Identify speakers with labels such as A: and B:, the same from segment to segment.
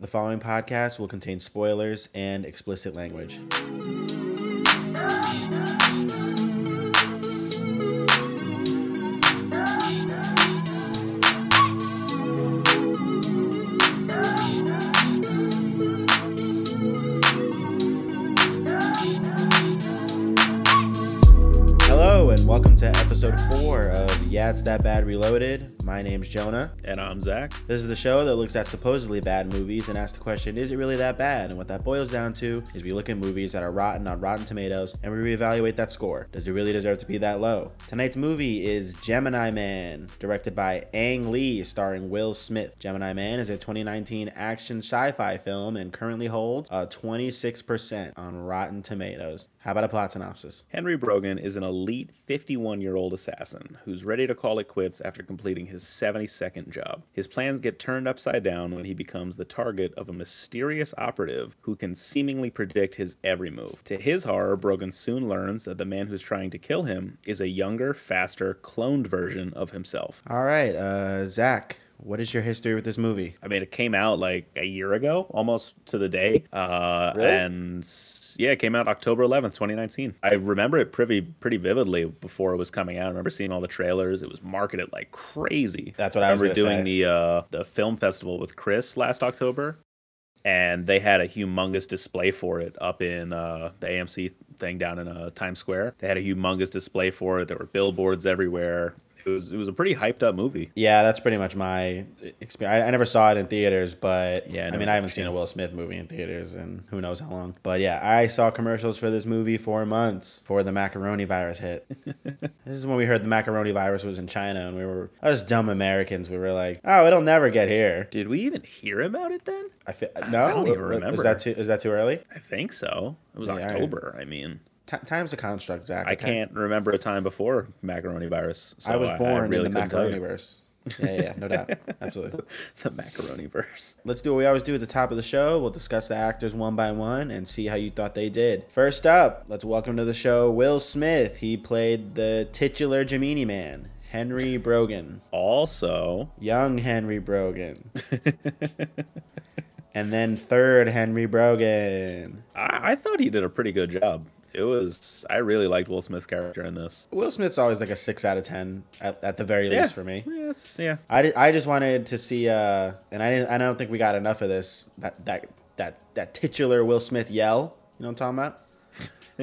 A: The following podcast will contain spoilers and explicit language. Hello, and welcome to episode four of Yeah, It's That Bad Reloaded. My name's Jonah.
B: And I'm Zach.
A: This is the show that looks at supposedly bad movies and asks the question, is it really that bad? And what that boils down to is we look at movies that are rotten on Rotten Tomatoes and we reevaluate that score. Does it really deserve to be that low? Tonight's movie is Gemini Man, directed by Ang Lee, starring Will Smith. Gemini Man is a 2019 action sci fi film and currently holds a 26% on Rotten Tomatoes. How about a plot synopsis?
B: Henry Brogan is an elite 51 year old assassin who's ready to call it quits after completing his 72nd job. His plans get turned upside down when he becomes the target of a mysterious operative who can seemingly predict his every move. To his horror, Brogan soon learns that the man who's trying to kill him is a younger, faster, cloned version of himself.
A: All right, uh, Zach, what is your history with this movie?
B: I mean, it came out like a year ago, almost to the day. Uh,
A: Really?
B: And yeah, it came out October 11th, 2019. I remember it pretty, pretty vividly before it was coming out. I remember seeing all the trailers. It was marketed like crazy.
A: That's what I was
B: remember
A: gonna
B: doing
A: say.
B: the uh, the film festival with Chris last October, and they had a humongous display for it up in uh, the AMC thing down in uh, Times Square. They had a humongous display for it. There were billboards everywhere. It was it was a pretty hyped up movie.
A: Yeah, that's pretty much my experience. I, I never saw it in theaters, but
B: Yeah, I
A: yeah, I
B: never
A: mean,
B: got
A: I haven't
B: the
A: seen a
B: chance.
A: Will Smith movie in theaters in who knows how long. But yeah, I saw commercials for this movie for months before the macaroni virus hit. this is when we heard the macaroni virus was in China, and we were us dumb Americans. We were like, "Oh, it'll never get here."
B: Did we even hear about it then?
A: I feel, no,
B: don't even
A: Is
B: remember.
A: that too is that too early?
B: I think so. It was
A: Yeah, I-
B: October. I mean,
A: Ti time's a construct, Zach.
B: I
A: okay?
B: can't remember a time before macaroni virus. So
A: I was born
B: really
A: in the
B: couldn't tell you.
A: macaroni verse. Yeah, yeah, yeah, no doubt, absolutely.
B: The macaroni verse.
A: Let's do what we always do at the top of the show. We'll discuss the actors one by one and see how you thought they did. First up, let's welcome to the show Will Smith. He played the titular Gemini Man, Henry Brogan,
B: Also,
A: young Henry Brogan. and then third Henry Brogan.
B: I, I thought he did a pretty good job. It was. I really liked Will Smith's character in this.
A: Will Smith's always like a 6 out of 10 at, at the very least for me.
B: Yeah, it's, yeah.
A: I, di- I just wanted to see uh and I didn't, I don't think we got enough of this that that that that titular Will Smith yell, you know what I'm talking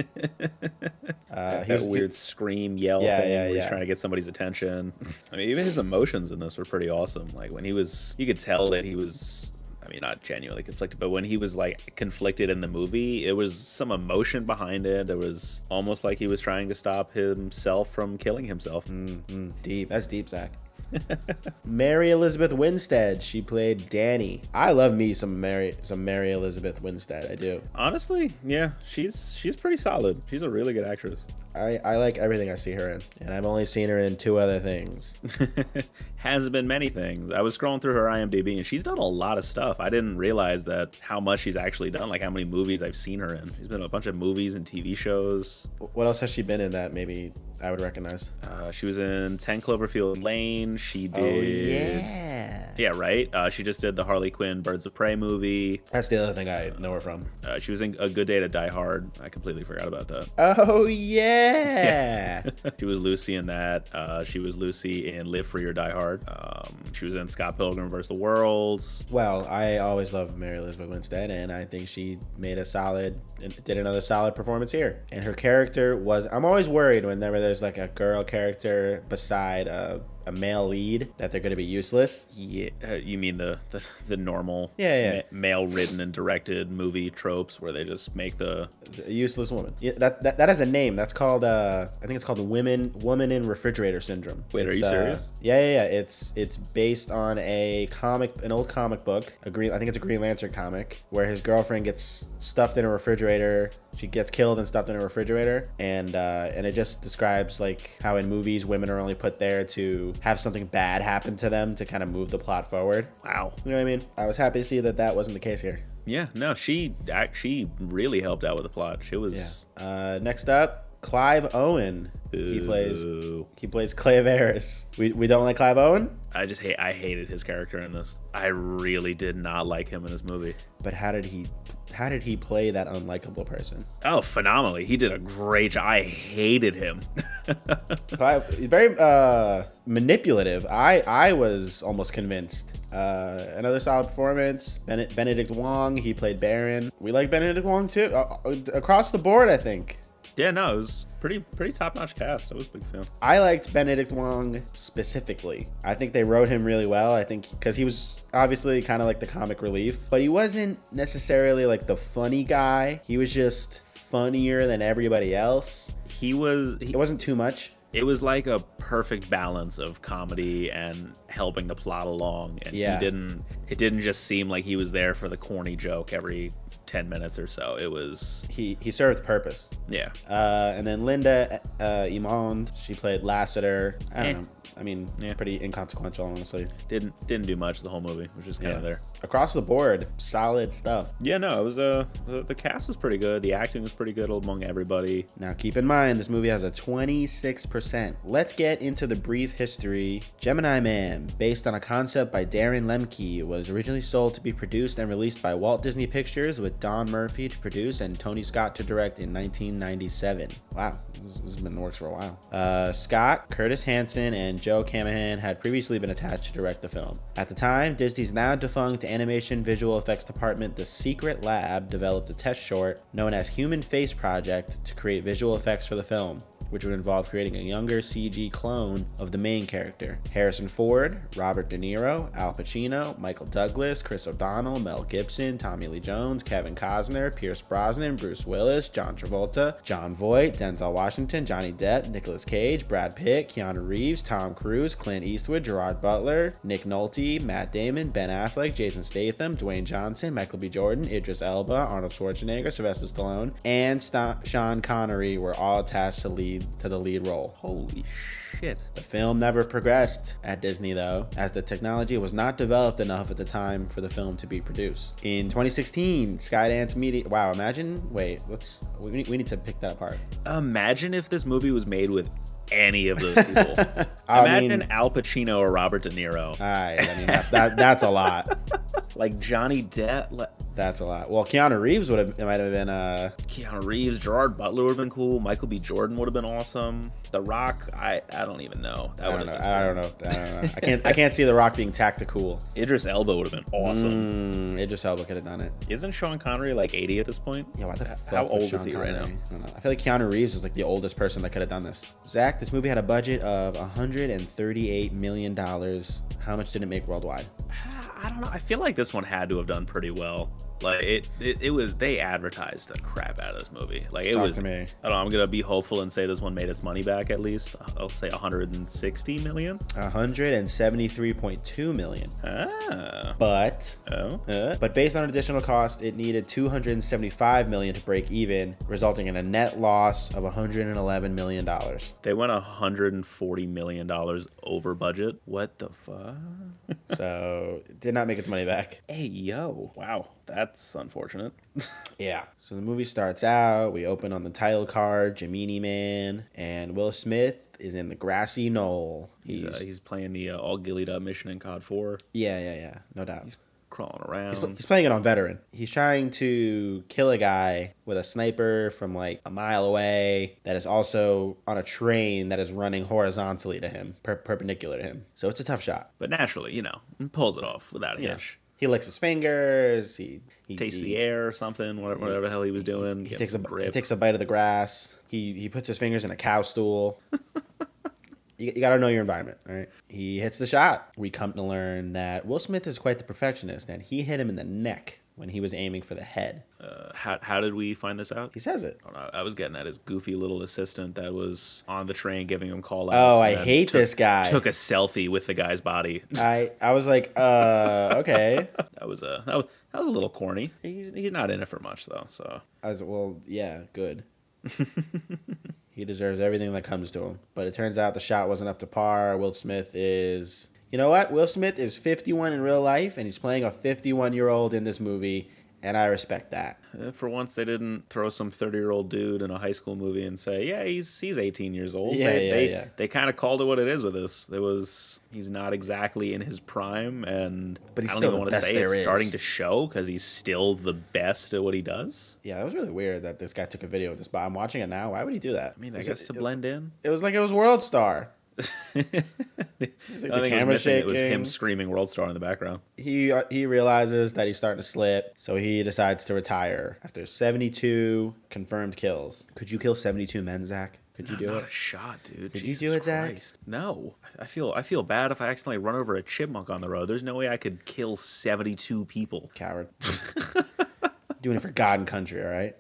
A: about? Uh, he
B: That
A: was,
B: weird scream yell
A: Yeah,
B: thing
A: yeah,
B: where he's
A: yeah.
B: trying to get somebody's attention. I mean, even his emotions in this were pretty awesome. Like when he was, you could tell that he was. I mean, not genuinely conflicted, but when he was like conflicted in the movie, it was some emotion behind it. It was almost like he was trying to stop himself from killing himself.
A: Mm, deep. That's deep, Zach. Mary Elizabeth Winstead. She played Danny. I love me some Mary some Mary Elizabeth Winstead. I do.
B: Honestly, yeah, she's she's pretty solid. She's a really good actress.
A: I, I like everything I see her in, and I've only seen her in two other things.
B: Hasn't been many things. I was scrolling through her IMDb and she's done a lot of stuff. I didn't realize that how much she's actually done, like how many movies I've seen her in. She's been in a bunch of movies and TV shows.
A: What else has she been in that maybe I would recognize?
B: Uh, she was in 10 Cloverfield Lane. She
A: Oh,
B: did.
A: yeah.
B: Oh, Yeah, right? Uh, she just did the Harley Quinn Birds of Prey movie.
A: That's the other thing I know her from.
B: Uh, she was in A Good Day to Die Hard. I completely forgot about that.
A: Oh yeah.
B: she was Lucy in that. Uh, she was Lucy in Live Free or Die Hard. Um, she was in Scott Pilgrim vs. the World.
A: well, I always loved Mary Elizabeth Winstead, and I think she made a solid, did another solid performance here. And her character was, I'm always worried whenever there's like a girl character beside a, a male lead that they're going to be useless.
B: Yeah, uh, you mean the the, the normal
A: Yeah, yeah.
B: male written and directed movie tropes where they just make the
A: A useless woman. Yeah, that, that that has a name. That's called, uh, I think it's called the women woman in refrigerator syndrome.
B: Wait, are
A: It's,
B: you
A: uh,
B: serious?
A: yeah, yeah, yeah. It's it's based on a comic, an old comic book. A green, I think it's a Green Lantern comic where his girlfriend gets stuffed in a refrigerator. She gets killed and stuffed in a refrigerator, and uh, and it just describes like how in movies women are only put there to have something bad happen to them to kind of move the plot forward.
B: wow.
A: You know what I mean? I was happy to see that that wasn't the case here.
B: Yeah, no, she act- she really helped out with the plot. She was
A: Uh, next up, Clive Owen He plays
B: Ooh.
A: he plays Clavaris. We we don't like Clive Owen,
B: I just hate. I hated his character in this. I really did not like him in this movie.
A: but how did he how did he play that unlikable person?
B: Oh, phenomenally! He did a great job. I hated him.
A: Clive, he's very uh, manipulative. I I was almost convinced. Uh, another solid performance. Bene- Benedict Wong. He played Baron. We like Benedict Wong too. Uh, uh, across the board, I think.
B: yeah, no, it was pretty pretty top notch cast. I was a big fan.
A: I liked Benedict Wong specifically. I think they wrote him really well. I think because he was obviously kind of like the comic relief, but he wasn't necessarily like the funny guy. He was just funnier than everybody else.
B: He was. He,
A: It wasn't too much.
B: it was like a perfect balance of comedy and helping the plot along. And
A: Yeah.
B: he didn't. It didn't just seem like he was there for the corny joke every ten minutes or so. It was.
A: He he served purpose.
B: Yeah.
A: Uh, and then Linda uh, Imond, she played Lassiter. I don't
B: Eh.
A: know. I mean,
B: Yeah.
A: pretty inconsequential, honestly.
B: Didn't didn't do much the whole movie, which is kind of there.
A: Across the board, solid stuff.
B: Yeah, no, it was uh the, the cast was pretty good. The acting was pretty good among everybody.
A: Now, keep in mind, this movie has a 26%. Let's get into the brief history. Gemini Man, based on a concept by Darren Lemke, was originally sold to be produced and released by Walt Disney Pictures with Don Murphy to produce and Tony Scott to direct in 1997. Wow, this this has been in the works for a while. Uh, Scott, Curtis Hanson, and Joe Camahan had previously been attached to direct the film. At the time, Disney's now defunct animation visual effects department, The Secret Lab, developed a test short known as Human Face Project to create visual effects for the film, which would involve creating a younger CG clone of the main character. Harrison Ford, Robert De Niro, Al Pacino, Michael Douglas, Chris O'Donnell, Mel Gibson, Tommy Lee Jones, Kevin Costner, Pierce Brosnan, Bruce Willis, John Travolta, John Voight, Denzel Washington, Johnny Depp, Nicolas Cage, Brad Pitt, Keanu Reeves, Tom Cruise, Clint Eastwood, Gerard Butler, Nick Nolte, Matt Damon, Ben Affleck, Jason Statham, Dwayne Johnson, Michael B. Jordan, Idris Elba, Arnold Schwarzenegger, Sylvester Stallone, and Sta- Sean Connery were all attached to lead to the lead role.
B: Holy shit.
A: The film never progressed at Disney, though, as the technology was not developed enough at the time for the film to be produced. In 2016, Skydance Media. Wow, imagine. Wait, let's. We need, we need to pick that apart.
B: Imagine if this movie was made with any of those people.
A: I
B: Imagine
A: mean-
B: Al Pacino or Robert De Niro.
A: All right, I mean, that, that, that's a lot.
B: like Johnny Depp, like
A: That's a lot. Well, Keanu Reeves would have. It might have been. Uh,
B: Keanu Reeves, Gerard Butler would have been cool. Michael B. Jordan would have been awesome. The Rock, I, I don't even know. That
A: I
B: would
A: don't know.
B: have
A: I don't know. I don't know. I can't. I can't see The Rock being tactical.
B: Idris Elba would have been awesome.
A: Mm, Idris Elba could have done it.
B: Isn't Sean Connery like 80 at this point?
A: Yeah, why the
B: How
A: fuck
B: old
A: was
B: is
A: Sean
B: he right now?
A: Connery? I, don't know. I feel like Keanu Reeves is like the oldest person that could have done this. Zach, this movie had a budget of 138 million dollars. How much did it make worldwide?
B: Ah, I don't know. I feel like this one had to have done pretty well. Like it, it, it was they advertised the crap out of this movie. Like it
A: Talk
B: was.
A: to me.
B: I don't know. I'm gonna be hopeful and say this one made its money back at least. I'll say 160 million.
A: 173.2 million.
B: Ah.
A: But
B: Oh.
A: uh, but based on additional cost, it needed 275 million to break even, resulting in a net loss of 111 million dollars.
B: They went 140 million dollars over budget. What the fuck?
A: so it did not make its money back.
B: Hey yo. Wow. That's unfortunate.
A: Yeah. So the movie starts out. We open on the title card, Gemini Man, and Will Smith is in the grassy knoll. He's,
B: he's uh, he's playing the uh, all gillied up mission in COD 4,
A: yeah, yeah, yeah, no doubt. He's,
B: crawling around.
A: pl- he's playing it on veteran. He's trying to kill a guy with a sniper from like a mile away that is also on a train that is running horizontally to him, per- perpendicular to him. So it's a tough shot.
B: but naturally, you know, pulls it off without a
A: Yeah.
B: hitch.
A: He licks his fingers. He, he
B: taste
A: he-
B: the air or something, whatever, whatever the hell he was doing.
A: He
B: gets
A: takes a
B: some
A: he
B: grip.
A: takes a bite of the grass. He he puts his fingers in a cow stool. you, you gotta know your environment, all right? He hits the shot. We come to learn that Will Smith is quite the perfectionist, and he hit him in the neck when he was aiming for the head.
B: uh, how, how did we find this out?
A: He says it.
B: I don't know. I was getting at his goofy little assistant that was on the train giving him call outs.
A: Oh, I
B: and then
A: hate
B: took-
A: this guy.
B: Took a selfie with the guy's body.
A: I I was like, uh, okay.
B: That was a that was, that was a little corny. He's he's not in it for much though. So
A: I was well, yeah, good. he deserves everything that comes to him. But it turns out the shot wasn't up to par. Will Smith is, you know what? Will Smith is 51 in real life, and he's playing a 51 year old in this movie, and I respect that.
B: Uh, For once, they didn't throw some 30 year old dude in a high school movie and say, "Yeah, he's he's 18 years old."
A: Yeah,
B: they,
A: yeah,
B: they,
A: yeah.
B: They kind of called it what it is with this. It was he's not exactly in his prime, and
A: But he's
B: I don't
A: still
B: even
A: the
B: want to
A: best
B: say
A: there
B: it's
A: is.
B: starting to show because he's still the best at what he does.
A: Yeah, that was really weird that this guy took a video of this, but I'm watching it now. Why would he do that?
B: I mean, I
A: Is
B: guess
A: it,
B: to blend in.
A: it was like it was World Star.
B: I think
A: the
B: it was
A: camera
B: missing- It was him
A: shaking.
B: screaming "World Star" in the background.
A: He uh, he realizes that he's starting to slip, so he decides to retire after 72 confirmed kills. Could you kill 72 men, Zach? Could you do
B: Not
A: it?
B: a shot, dude.
A: Did you
B: Jesus
A: do it, Zach?
B: Christ. No, I feel I feel bad if I accidentally run over a chipmunk on the road. There's no way I could kill 72 people.
A: Coward. Doing it for God and country, all right?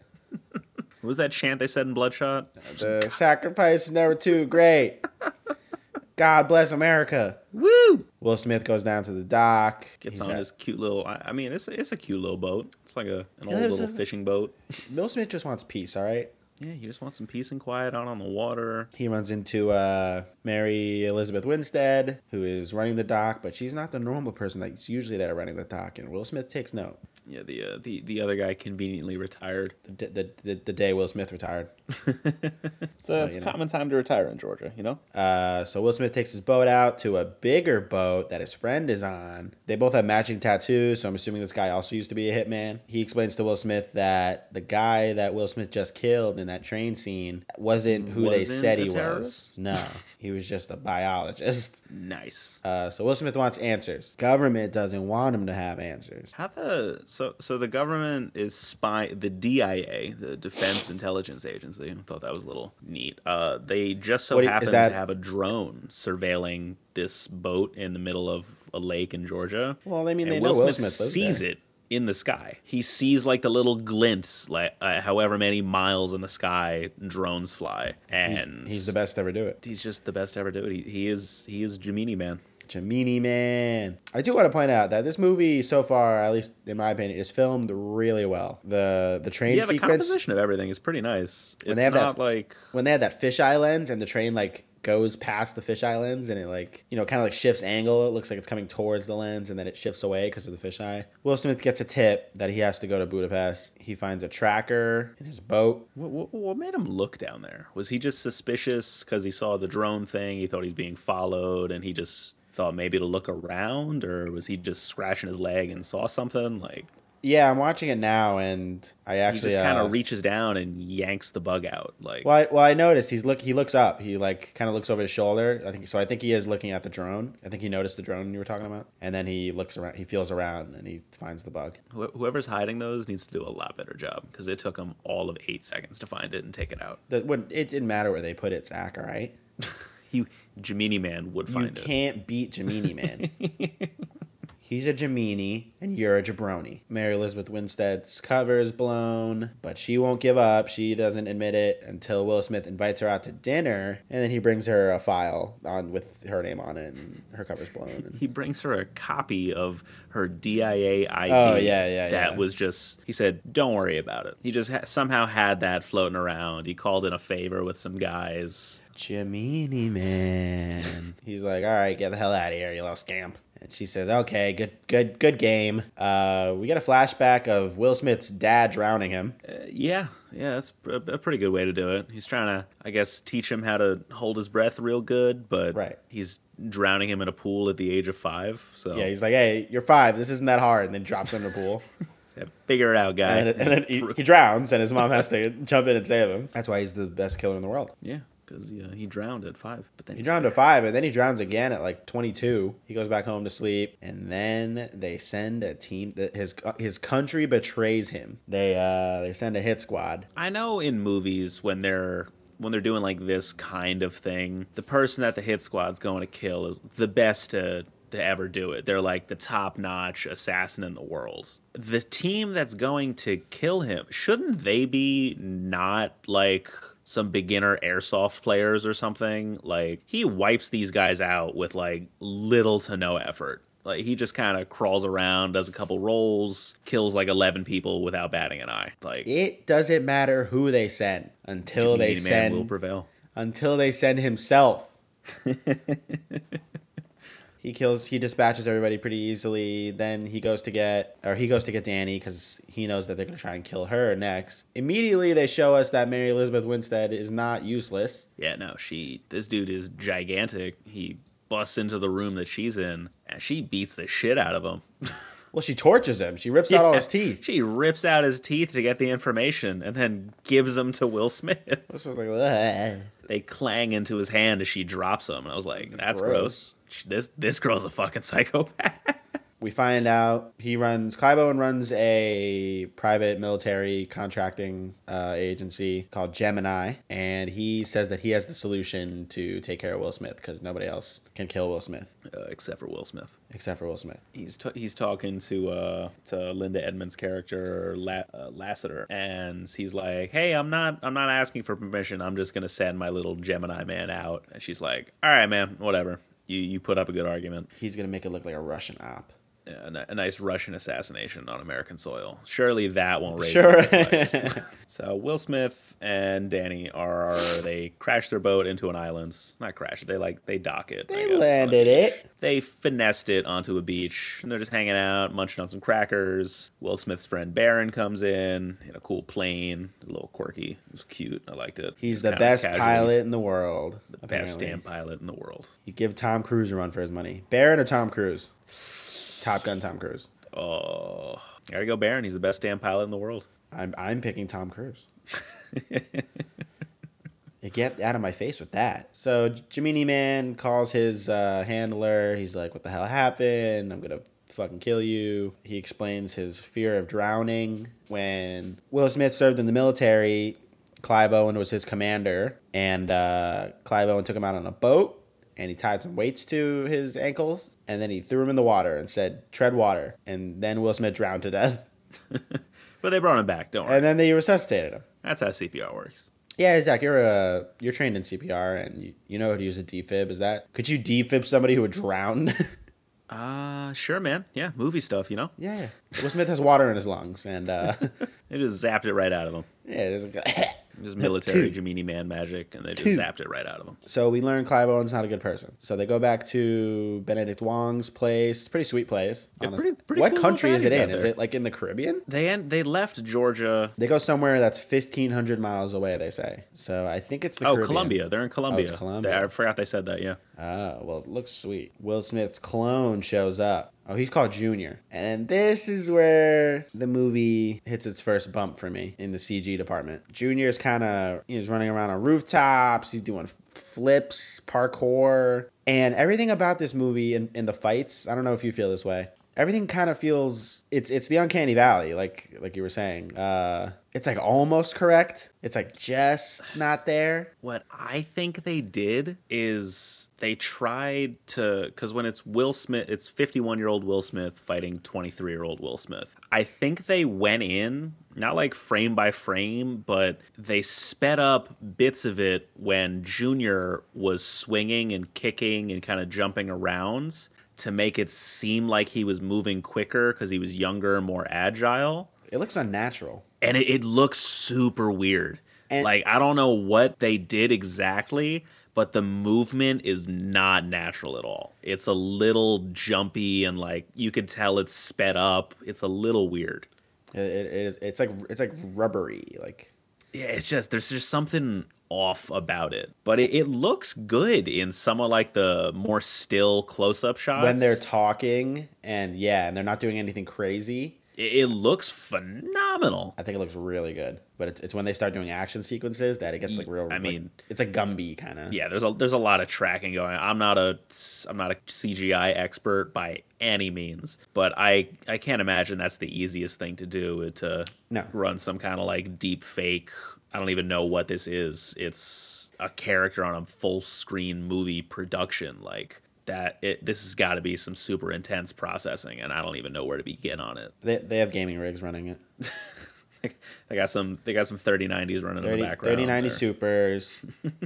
B: What was that chant they said in Bloodshot?
A: The sacrifice is never too great. God bless America.
B: Woo!
A: Will Smith goes down to the dock.
B: Gets
A: He's
B: on
A: at-
B: his cute little. I, I mean, it's it's a cute little boat. It's like a an old
A: there's
B: little
A: a-
B: fishing boat.
A: Will Smith just wants peace, all right?
B: Yeah, you just want some peace and quiet out on the water.
A: He runs into uh, Mary Elizabeth Winstead, who is running the dock, but she's not the normal person that's usually there running the dock. And Will Smith takes note.
B: Yeah, the uh, the the other guy conveniently retired.
A: The, d- the, the, the day Will Smith retired.
B: It's a, it's
A: you
B: a
A: know.
B: common time to retire in Georgia, you know.
A: Uh, so Will Smith takes his boat out to a bigger boat that his friend is on. They both have matching tattoos, so I'm assuming this guy also used to be a hitman. He explains to Will Smith that the guy that Will Smith just killed in that train scene wasn't who they
B: Wasn't
A: said
B: a
A: he was.
B: terrorist?
A: No, he was just a biologist.
B: Nice.
A: Uh, so Will Smith wants answers. Government doesn't want him to have answers.
B: How the so so the government is spy the DIA, the Defense Intelligence Agency. I thought that was a little neat. Uh, they just so
A: What do you- is
B: happen
A: that-
B: to have a drone surveilling this boat in the middle of a lake in Georgia.
A: Well, I mean,
B: And
A: they know Will Smith lives
B: sees
A: there.
B: it in the sky. He sees like the little glints, like uh, however many miles in the sky drones fly,
A: He's,
B: and
A: he's the best to ever do it.
B: He's just the best to ever do it. He, he is he is Gemini man.
A: Jamini man. I do want to point out that this movie so far, at least in my opinion, is filmed really well. The the train
B: Yeah, the
A: sequence
B: composition of everything is pretty nice. It's
A: When they have that-
B: not like
A: when they had that fisheye lens and the train like goes past the fisheye lens and it like you know kind of like shifts angle. It looks like it's coming towards the lens and then it shifts away because of the fisheye. Will Smith gets a tip that he has to go to Budapest. He finds a tracker in his boat.
B: What, what, what made him look down there? Was he just suspicious because he saw the drone thing? He thought he's being followed, and he just thought maybe to look around, or was he just scratching his leg and saw something? Like
A: Yeah, I'm watching it now and I
B: he
A: actually
B: just kind
A: uh,
B: of reaches down and yanks the bug out. Like
A: Well, I, well, I noticed he's look. He looks up. He like kind of looks over his shoulder. I think so. I think he is looking at the drone. I think he noticed the drone you were talking about, and then he looks around. He feels around and he finds the bug.
B: wh- whoever's hiding those needs to do a lot better job because it took him all of eight seconds to find it and take it out.
A: That wouldn't. It didn't matter where they put it, Zach. All right.
B: He Gemini man would
A: You
B: find it.
A: can't beat Jamini, man. He's a Jamini and you're a jabroni. Mary Elizabeth Winstead's cover is blown, but she won't give up. She doesn't admit it until Will Smith invites her out to dinner, and then he brings her a file on with her name on it, and her cover's blown. And
B: He brings her a copy of her DIA ID.
A: Oh, yeah, yeah,
B: That
A: yeah.
B: was just. He said, "Don't worry about it." He just ha- somehow had that floating around. He called in a favor with some guys.
A: Jiminy man. He's like, all right, get the hell out of here, you little scamp. And she says, okay, good, good, good game. Uh, we get a flashback of Will Smith's dad drowning him.
B: Uh, yeah, yeah, that's a, a pretty good way to do it. He's trying to, I guess, teach him how to hold his breath real good, but
A: Right.
B: he's drowning him in a pool at the age of five. So
A: Yeah, he's like, hey, you're five. This isn't that hard. And then drops him in the pool.
B: yeah, figure it out, guy.
A: And, and then he, he drowns, and his mom has to jump in and save him. That's why he's the best killer in the world.
B: yeah, because yeah, he drowned at five, but then
A: He drowned at five, and then he drowns again at like 22. He goes back home to sleep, and then they send a team. That his his country betrays him. They uh they send a hit squad.
B: I know in movies when they're when they're doing like this kind of thing, the person that the hit squad's going to kill is the best to to ever do it. They're like the top notch assassin in the world. The team that's going to kill him, shouldn't they be not like some beginner airsoft players or something? Like he wipes these guys out with like little to no effort. Like he just kind of crawls around, does a couple rolls, kills like 11 people without batting an eye. Like
A: It doesn't matter who they send until they
B: Community man will
A: send
B: prevail.
A: until they send himself. He kills. He dispatches everybody pretty easily. Then he goes to get, or he goes to get Danny because he knows that they're gonna try and kill her next. Immediately, they show us that Mary Elizabeth Winstead is not useless.
B: Yeah, no, she. This dude is gigantic. He busts into the room that she's in, and she beats the shit out of him.
A: Well, she tortures him. She rips out all his teeth.
B: She rips out his teeth to get the information, and then gives them to Will Smith.
A: This was like, "Ugh."
B: they clang into his hand as she drops them. And I was like, that's
A: gross.
B: gross. She- This this girl's a fucking psychopath.
A: we find out he runs Clyburn runs a private military contracting uh, agency called Gemini, and he says that he has the solution to take care of Will Smith because nobody else can kill Will Smith
B: Uh, except for Will Smith.
A: except for Will Smith.
B: He's t- he's talking to uh to Linda Edmonds' character La- uh, Lassiter, and he's like, "Hey, I'm not I'm not asking for permission. I'm just gonna send my little Gemini man out." And she's like, "All right, man, whatever. You you put up a good argument.
A: He's gonna make it look like a Russian op.
B: A, ni- a nice Russian assassination on American soil. Surely that won't raise
A: Sure.
B: any flags." So Will Smith and Danny are they crash their boat into an island. Not crash. They like they dock it. I
A: they
B: guess, on a
A: landed it.
B: they finessed it onto a beach and they're just hanging out, munching on some crackers. Will Smith's friend Baron comes in in a cool plane, a little quirky. It was cute. I liked it.
A: He's
B: Just
A: the
B: kinda
A: best
B: casual,
A: pilot in the world.
B: the best
A: apparently.
B: damn pilot in the world.
A: You give Tom Cruise a run for his money. Baron or Tom Cruise? Top Gun Tom Cruise.
B: Oh, there you go, Baron. He's the best damn pilot in the world.
A: I'm I'm picking Tom Cruise. You Get out of my face with that. So J- Jiminy Man calls his uh, handler. He's like, "What the hell happened? I'm gonna fucking kill you." He explains his fear of drowning when Will Smith served in the military. Clive Owen was his commander, and uh, Clive Owen took him out on a boat, and he tied some weights to his ankles, and then he threw him in the water and said, "Tread water." And then Will Smith drowned to death,
B: But they brought him back. Don't worry.
A: and then they resuscitated him.
B: That's how CPR works.
A: Yeah, Zach, you're uh, you're trained in CPR and you, you know how to use a defib. Is that could you defib somebody who would drown?
B: Uh, sure, man. Yeah, movie stuff, you know?
A: yeah, Will Smith has water in his lungs, and uh,
B: They just zapped it right out of him.
A: yeah, it is like-
B: Just military Gemini man magic, and they just zapped it right out of him.
A: so we learn Clive Owen's not a good person. So they go back to Benedict Wong's place. It's a pretty sweet place.
B: Yeah,
A: honestly.
B: pretty- pretty
A: what
B: cool
A: country is it
B: localities
A: in?
B: out
A: Is
B: there.
A: it like in the Caribbean?
B: They end, they left Georgia
A: They go somewhere that's fifteen hundred miles away. They say. So I think it's the
B: Oh,
A: Caribbean.
B: Colombia. They're in Colombia.
A: Colombia.
B: They- I forgot they said that. Yeah.
A: Oh, well, it looks sweet. Will Smith's clone shows up. Oh, he's called Junior. And this is where the movie hits its first bump for me in the CG department. Junior's kind of, he's running around on rooftops, he's doing flips, parkour. And everything about this movie and, and the fights, I don't know if you feel this way. Everything kind of feels it's it's the uncanny valley, like like you were saying. Uh, it's like almost correct. It's like just not there.
B: What I think they did is they tried to because when it's Will Smith, it's 51 year old Will Smith fighting 23 year old Will Smith. I think they went in not like frame by frame, but they sped up bits of it when Junior was swinging and kicking and kind of jumping around to make it seem like he was moving quicker because he was younger and more agile.
A: It looks unnatural.
B: and it, it looks super weird.
A: And-
B: like I don't know what they did exactly, but the movement is not natural at all. It's a little jumpy and like you could tell it's sped up. It's a little weird.
A: It, it, it is, it's like it's like rubbery. Like
B: Yeah, it's just there's just something off about it. But it, it looks good in some of like the more still close up shots.
A: when they're talking, and yeah, and they're not doing anything crazy.
B: it, it looks phenomenal.
A: I think it looks really good. But it's, it's when they start doing action sequences that it gets like real.
B: I
A: like,
B: mean-
A: it's a Gumby kind of.
B: yeah there's a there's a lot of tracking going on. i'm not a i'm not a cgi expert by any means but i i can't imagine that's the easiest thing to do is to
A: No.
B: run some kind of like deep fake i don't even know what this is it's a character on a full screen movie production like that it this has got to be some super intense processing and i don't even know where to begin on it
A: They, they have gaming rigs running it.
B: they got some they got some 3090s running
A: 30,
B: in the background
A: 3090
B: there.
A: supers.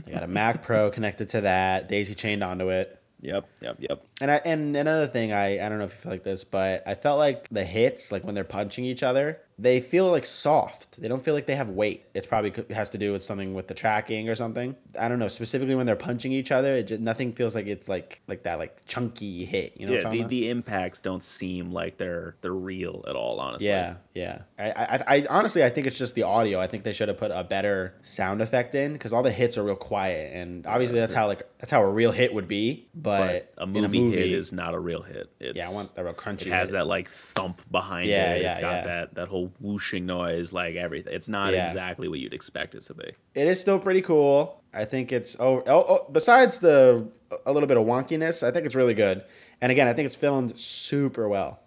A: I got a Mac Pro connected to that. Daisy chained onto it.
B: yep yep yep
A: And I and another thing I I don't know if you feel like this, but I felt like the hits, like when they're punching each other, They feel like soft. They don't feel like they have weight. It's probably c- has to do with something with the tracking or something. I don't know. Specifically when they're punching each other, it just, nothing feels like it's like like that like chunky hit. You know what I'm talking
B: yeah, the,
A: about?
B: the impacts don't seem like they're they're real at all. Honestly,
A: Yeah, yeah. I, I, I honestly, I think it's just the audio. I think they should have put a better sound effect in because all the hits are real quiet, and obviously that's how like that's how a real hit would be. But,
B: but a
A: in
B: movie, hit is not a real hit. It's,
A: yeah, I want the real crunchy.
B: it has
A: hit.
B: that like thump behind
A: Yeah,
B: it.
A: yeah,
B: it's got
A: yeah.
B: that that whole whooshing noise, like everything. It's not
A: Yeah.
B: exactly what you'd expect it to be.
A: It is still pretty cool. I think it's oh, oh, oh besides the a little bit of wonkiness, I think it's really good. And again, I think it's filmed super well.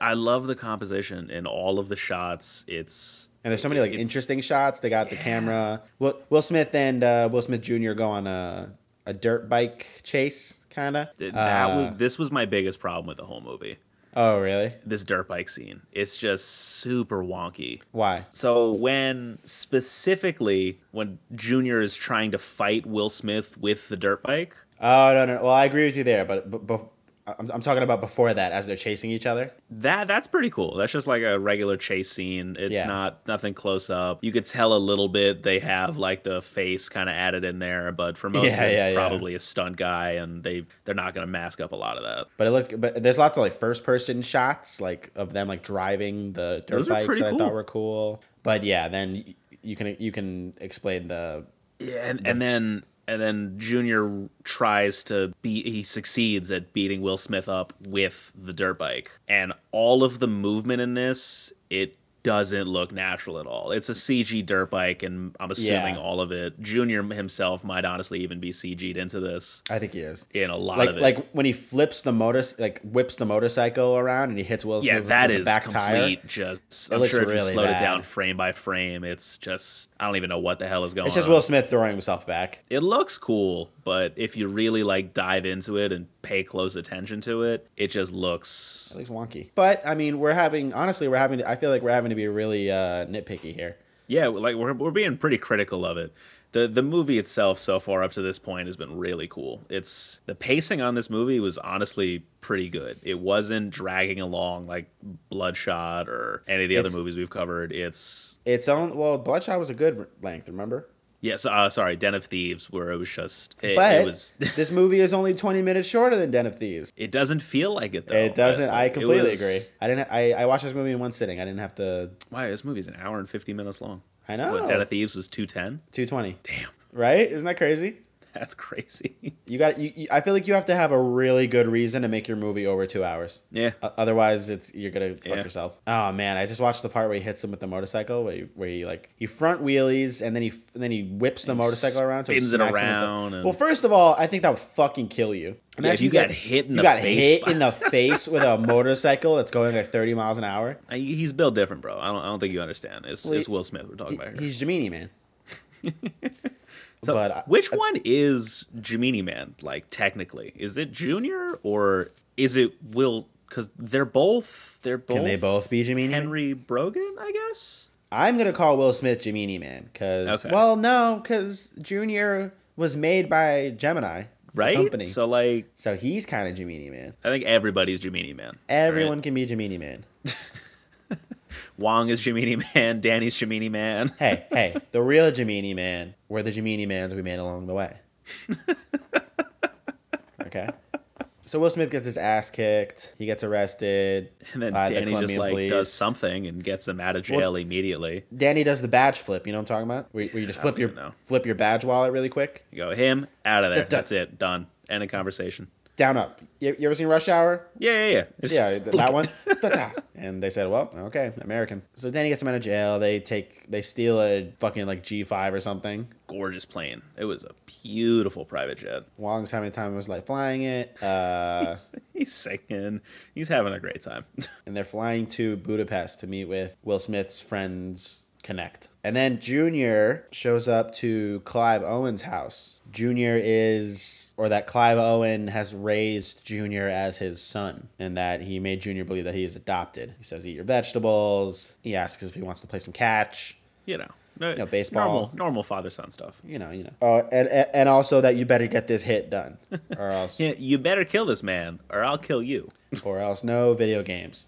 B: I love the composition in all of the shots. It's
A: And there's so many like
B: It's-
A: interesting shots. They got the camera. Will, Will Smith and uh, Will Smith Jr. go on a a dirt bike chase, kind of.
B: that
A: Uh.
B: was, this was my biggest problem with the whole movie.
A: Oh, really?
B: This dirt bike scene. It's just super wonky.
A: Why?
B: So when specifically when Junior is trying to fight Will Smith with the dirt bike,
A: Oh no, no. Well, I agree with you there, but, but, but I'm, I'm talking about before that, as they're chasing each other.
B: that that's pretty cool. That's just like a regular chase scene. It's
A: Yeah.
B: not nothing close up. You could tell a little bit they have like the face kind of added in there, but for most
A: Yeah,
B: of it, it's
A: yeah, yeah.
B: probably a stunt guy, and they they're not gonna mask up a lot of that.
A: But it looked. But there's lots of like first person shots, like of them like driving the dirt
B: Those are
A: bikes
B: pretty
A: that I thought
B: cool.
A: were cool. But yeah, then y- you can you can explain the.
B: Yeah, and, and then and then Junior tries to be he succeeds at beating Will Smith up with the dirt bike. And all of the movement in this, it doesn't look natural at all. It's a CG dirt bike and I'm assuming
A: Yeah.
B: all of it. Junior himself might honestly even be CG'd into this
A: I think he is.
B: in a lot
A: Like
B: of it.
A: like when he flips the motor like whips the motorcycle around and he hits Will Smith
B: yeah,
A: with
B: that
A: the
B: is
A: back tire.
B: complete just I'm
A: looks
B: sure if
A: really
B: you slowed
A: bad.
B: it down frame by frame, it's just I don't even know what the hell is going
A: It's just
B: on.
A: Will Smith throwing himself back.
B: it looks cool, but if you really like dive into it and pay close attention to it, it just looks
A: It looks wonky. But I mean, we're having honestly, we're having. To, I feel like we're having to be really uh, nitpicky here.
B: yeah, like we're we're being pretty critical of it. The the movie itself so far up to this point has been really cool. It's the pacing on this movie was honestly pretty good. It wasn't dragging along like Bloodshot or any of the
A: It's-
B: other movies we've covered. It's
A: Its own well, Bloodshot was a good length. Remember,
B: yes, uh, sorry, Den of Thieves, where it was just it, it
A: but
B: was
A: this movie is only twenty minutes shorter than Den of Thieves.
B: it doesn't feel like it though.
A: it doesn't. I
B: It
A: completely
B: was-
A: agree. I didn't. I, I watched this movie in one sitting. I didn't have to.
B: Wow, this movie's an hour and fifty minutes long.
A: I know.
B: What, Den of Thieves was 210?
A: Two twenty.
B: Damn,
A: Right? Isn't that crazy?
B: that's crazy.
A: You got. You, you, I feel like you have to have a really good reason to make your movie over two hours.
B: yeah.
A: O- Otherwise, it's you're gonna fuck
B: Yeah.
A: yourself. Oh man, I just watched the part where he hits him with the motorcycle, where he, where he like he front wheelies and then he f- and then he whips the motorcycle around, so he
B: spins it
A: smacks him with the-
B: around and-
A: Well, first of all, I think that would fucking kill you. Imagine
B: if you got hit in
A: you
B: the
A: got
B: face
A: hit
B: by-
A: in the face with a motorcycle that's going like thirty miles an hour.
B: I- He's built different, bro. I don't, I don't think you understand. It's,
A: Well,
B: it's
A: he-
B: Will Smith we're talking
A: He-
B: about here.
A: he's Gemini man.
B: So,
A: but I-
B: which one is Gemini Man, like, technically? Is it Junior or is it Will? Because they're both, they're both,
A: Can they both be Gemini?
B: Henry Brogan, I guess?
A: I'm gonna call Will Smith Gemini man because
B: Okay.
A: well no because Junior was made by Gemini the
B: Right?
A: company, so,
B: So, like,
A: he's kind of Gemini man.
B: I think everybody's Gemini Man.
A: Everyone can be Gemini man.
B: right? Wong is Gemini Man. Danny's Gemini Man.
A: hey, hey, the real Gemini man were the Gemini mans we made along the way. Okay. So Will Smith gets his ass kicked. He gets arrested.
B: And then
A: by the
B: Danny just,
A: Colombian
B: like,
A: police.
B: does something and gets them out of
A: Well-
B: jail immediately.
A: Danny does the badge flip. You know what I'm talking about? Where, where you just
B: I
A: flip
B: don't
A: your
B: even know.
A: flip your badge wallet really quick.
B: You go him out of there.
A: Dun, dun.
B: That's it. Done. End of conversation.
A: Down up. You, you ever seen Rush Hour?
B: Yeah, yeah, yeah. Just
A: Yeah, th-
B: flick
A: that
B: it.
A: one. Ta-ta. and they said, "Well, okay, American." So Danny gets him out of jail. They take they steal a fucking like G5 or something.
B: Gorgeous plane. It was a beautiful private jet.
A: Wong's having a time was like flying it. Uh
B: He's singing. He's having a great time.
A: and they're flying to Budapest to meet with Will Smith's friends Connect. And then Junior shows up to Clive Owen's house. Junior is, or that Clive Owen has raised Junior as his son, and that he made Junior believe that he is adopted. He says, Eat your vegetables. He asks if he wants to play some catch.
B: you know, no,
A: baseball.
B: Normal, normal father son stuff.
A: You know, you know. Oh, and, and and also that you better get this hit done, or else,
B: Yeah, you better kill this man, or I'll kill you.
A: or else no video games.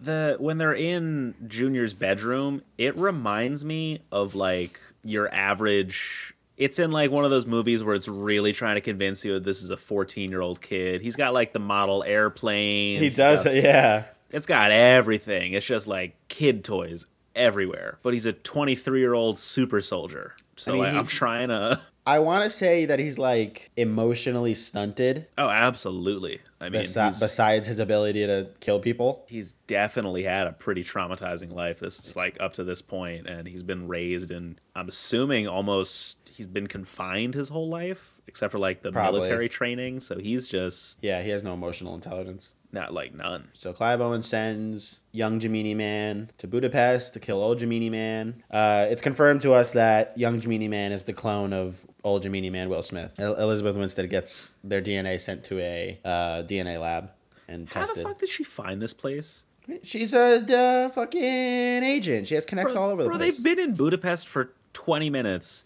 B: the when they're in Junior's bedroom, it reminds me of like your average it's in like one of those movies where it's really trying to convince you that this is a 14 year old kid. He's got like the model airplane.
A: He does it, yeah.
B: It's got everything. It's just like kid toys everywhere. But he's a 23 year old super soldier. So
A: I mean,
B: like,
A: he-
B: I'm trying to.
A: I want to say that he's like emotionally stunted
B: Oh, absolutely. I mean,
A: besi-
B: he's-
A: besides his ability to kill people.
B: he's definitely had a pretty traumatizing life this is like up to this point and he's been raised and i'm assuming almost he's been confined his whole life except for like the
A: Probably.
B: military training so he's just
A: Yeah, he has no emotional intelligence.
B: not like none
A: So Clive Owen sends young Gemini Man to Budapest to kill old Gemini Man. Uh, it's confirmed to us that young Gemini Man is the clone of old Gemini Man, Will Smith. El- Elizabeth Winstead gets their DNA sent to a uh, DNA lab and
B: how
A: tested.
B: the fuck did she find this place
A: She's a uh, fucking agent. She has connects all over the
B: bro
A: place.
B: they've been in budapest for 20 minutes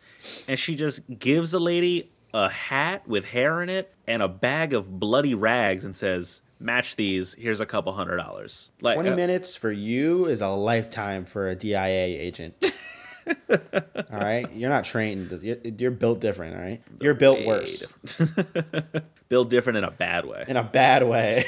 B: and she just gives a lady a hat with hair in it and a bag of bloody rags and says match these here's a couple hundred dollars like
A: 20
B: uh,
A: minutes for you is a lifetime for a DIA agent. all right? You're not trained. You're, you're built different, all right? You're built
B: way
A: worse.
B: different. Built different in a bad way.
A: in a bad way.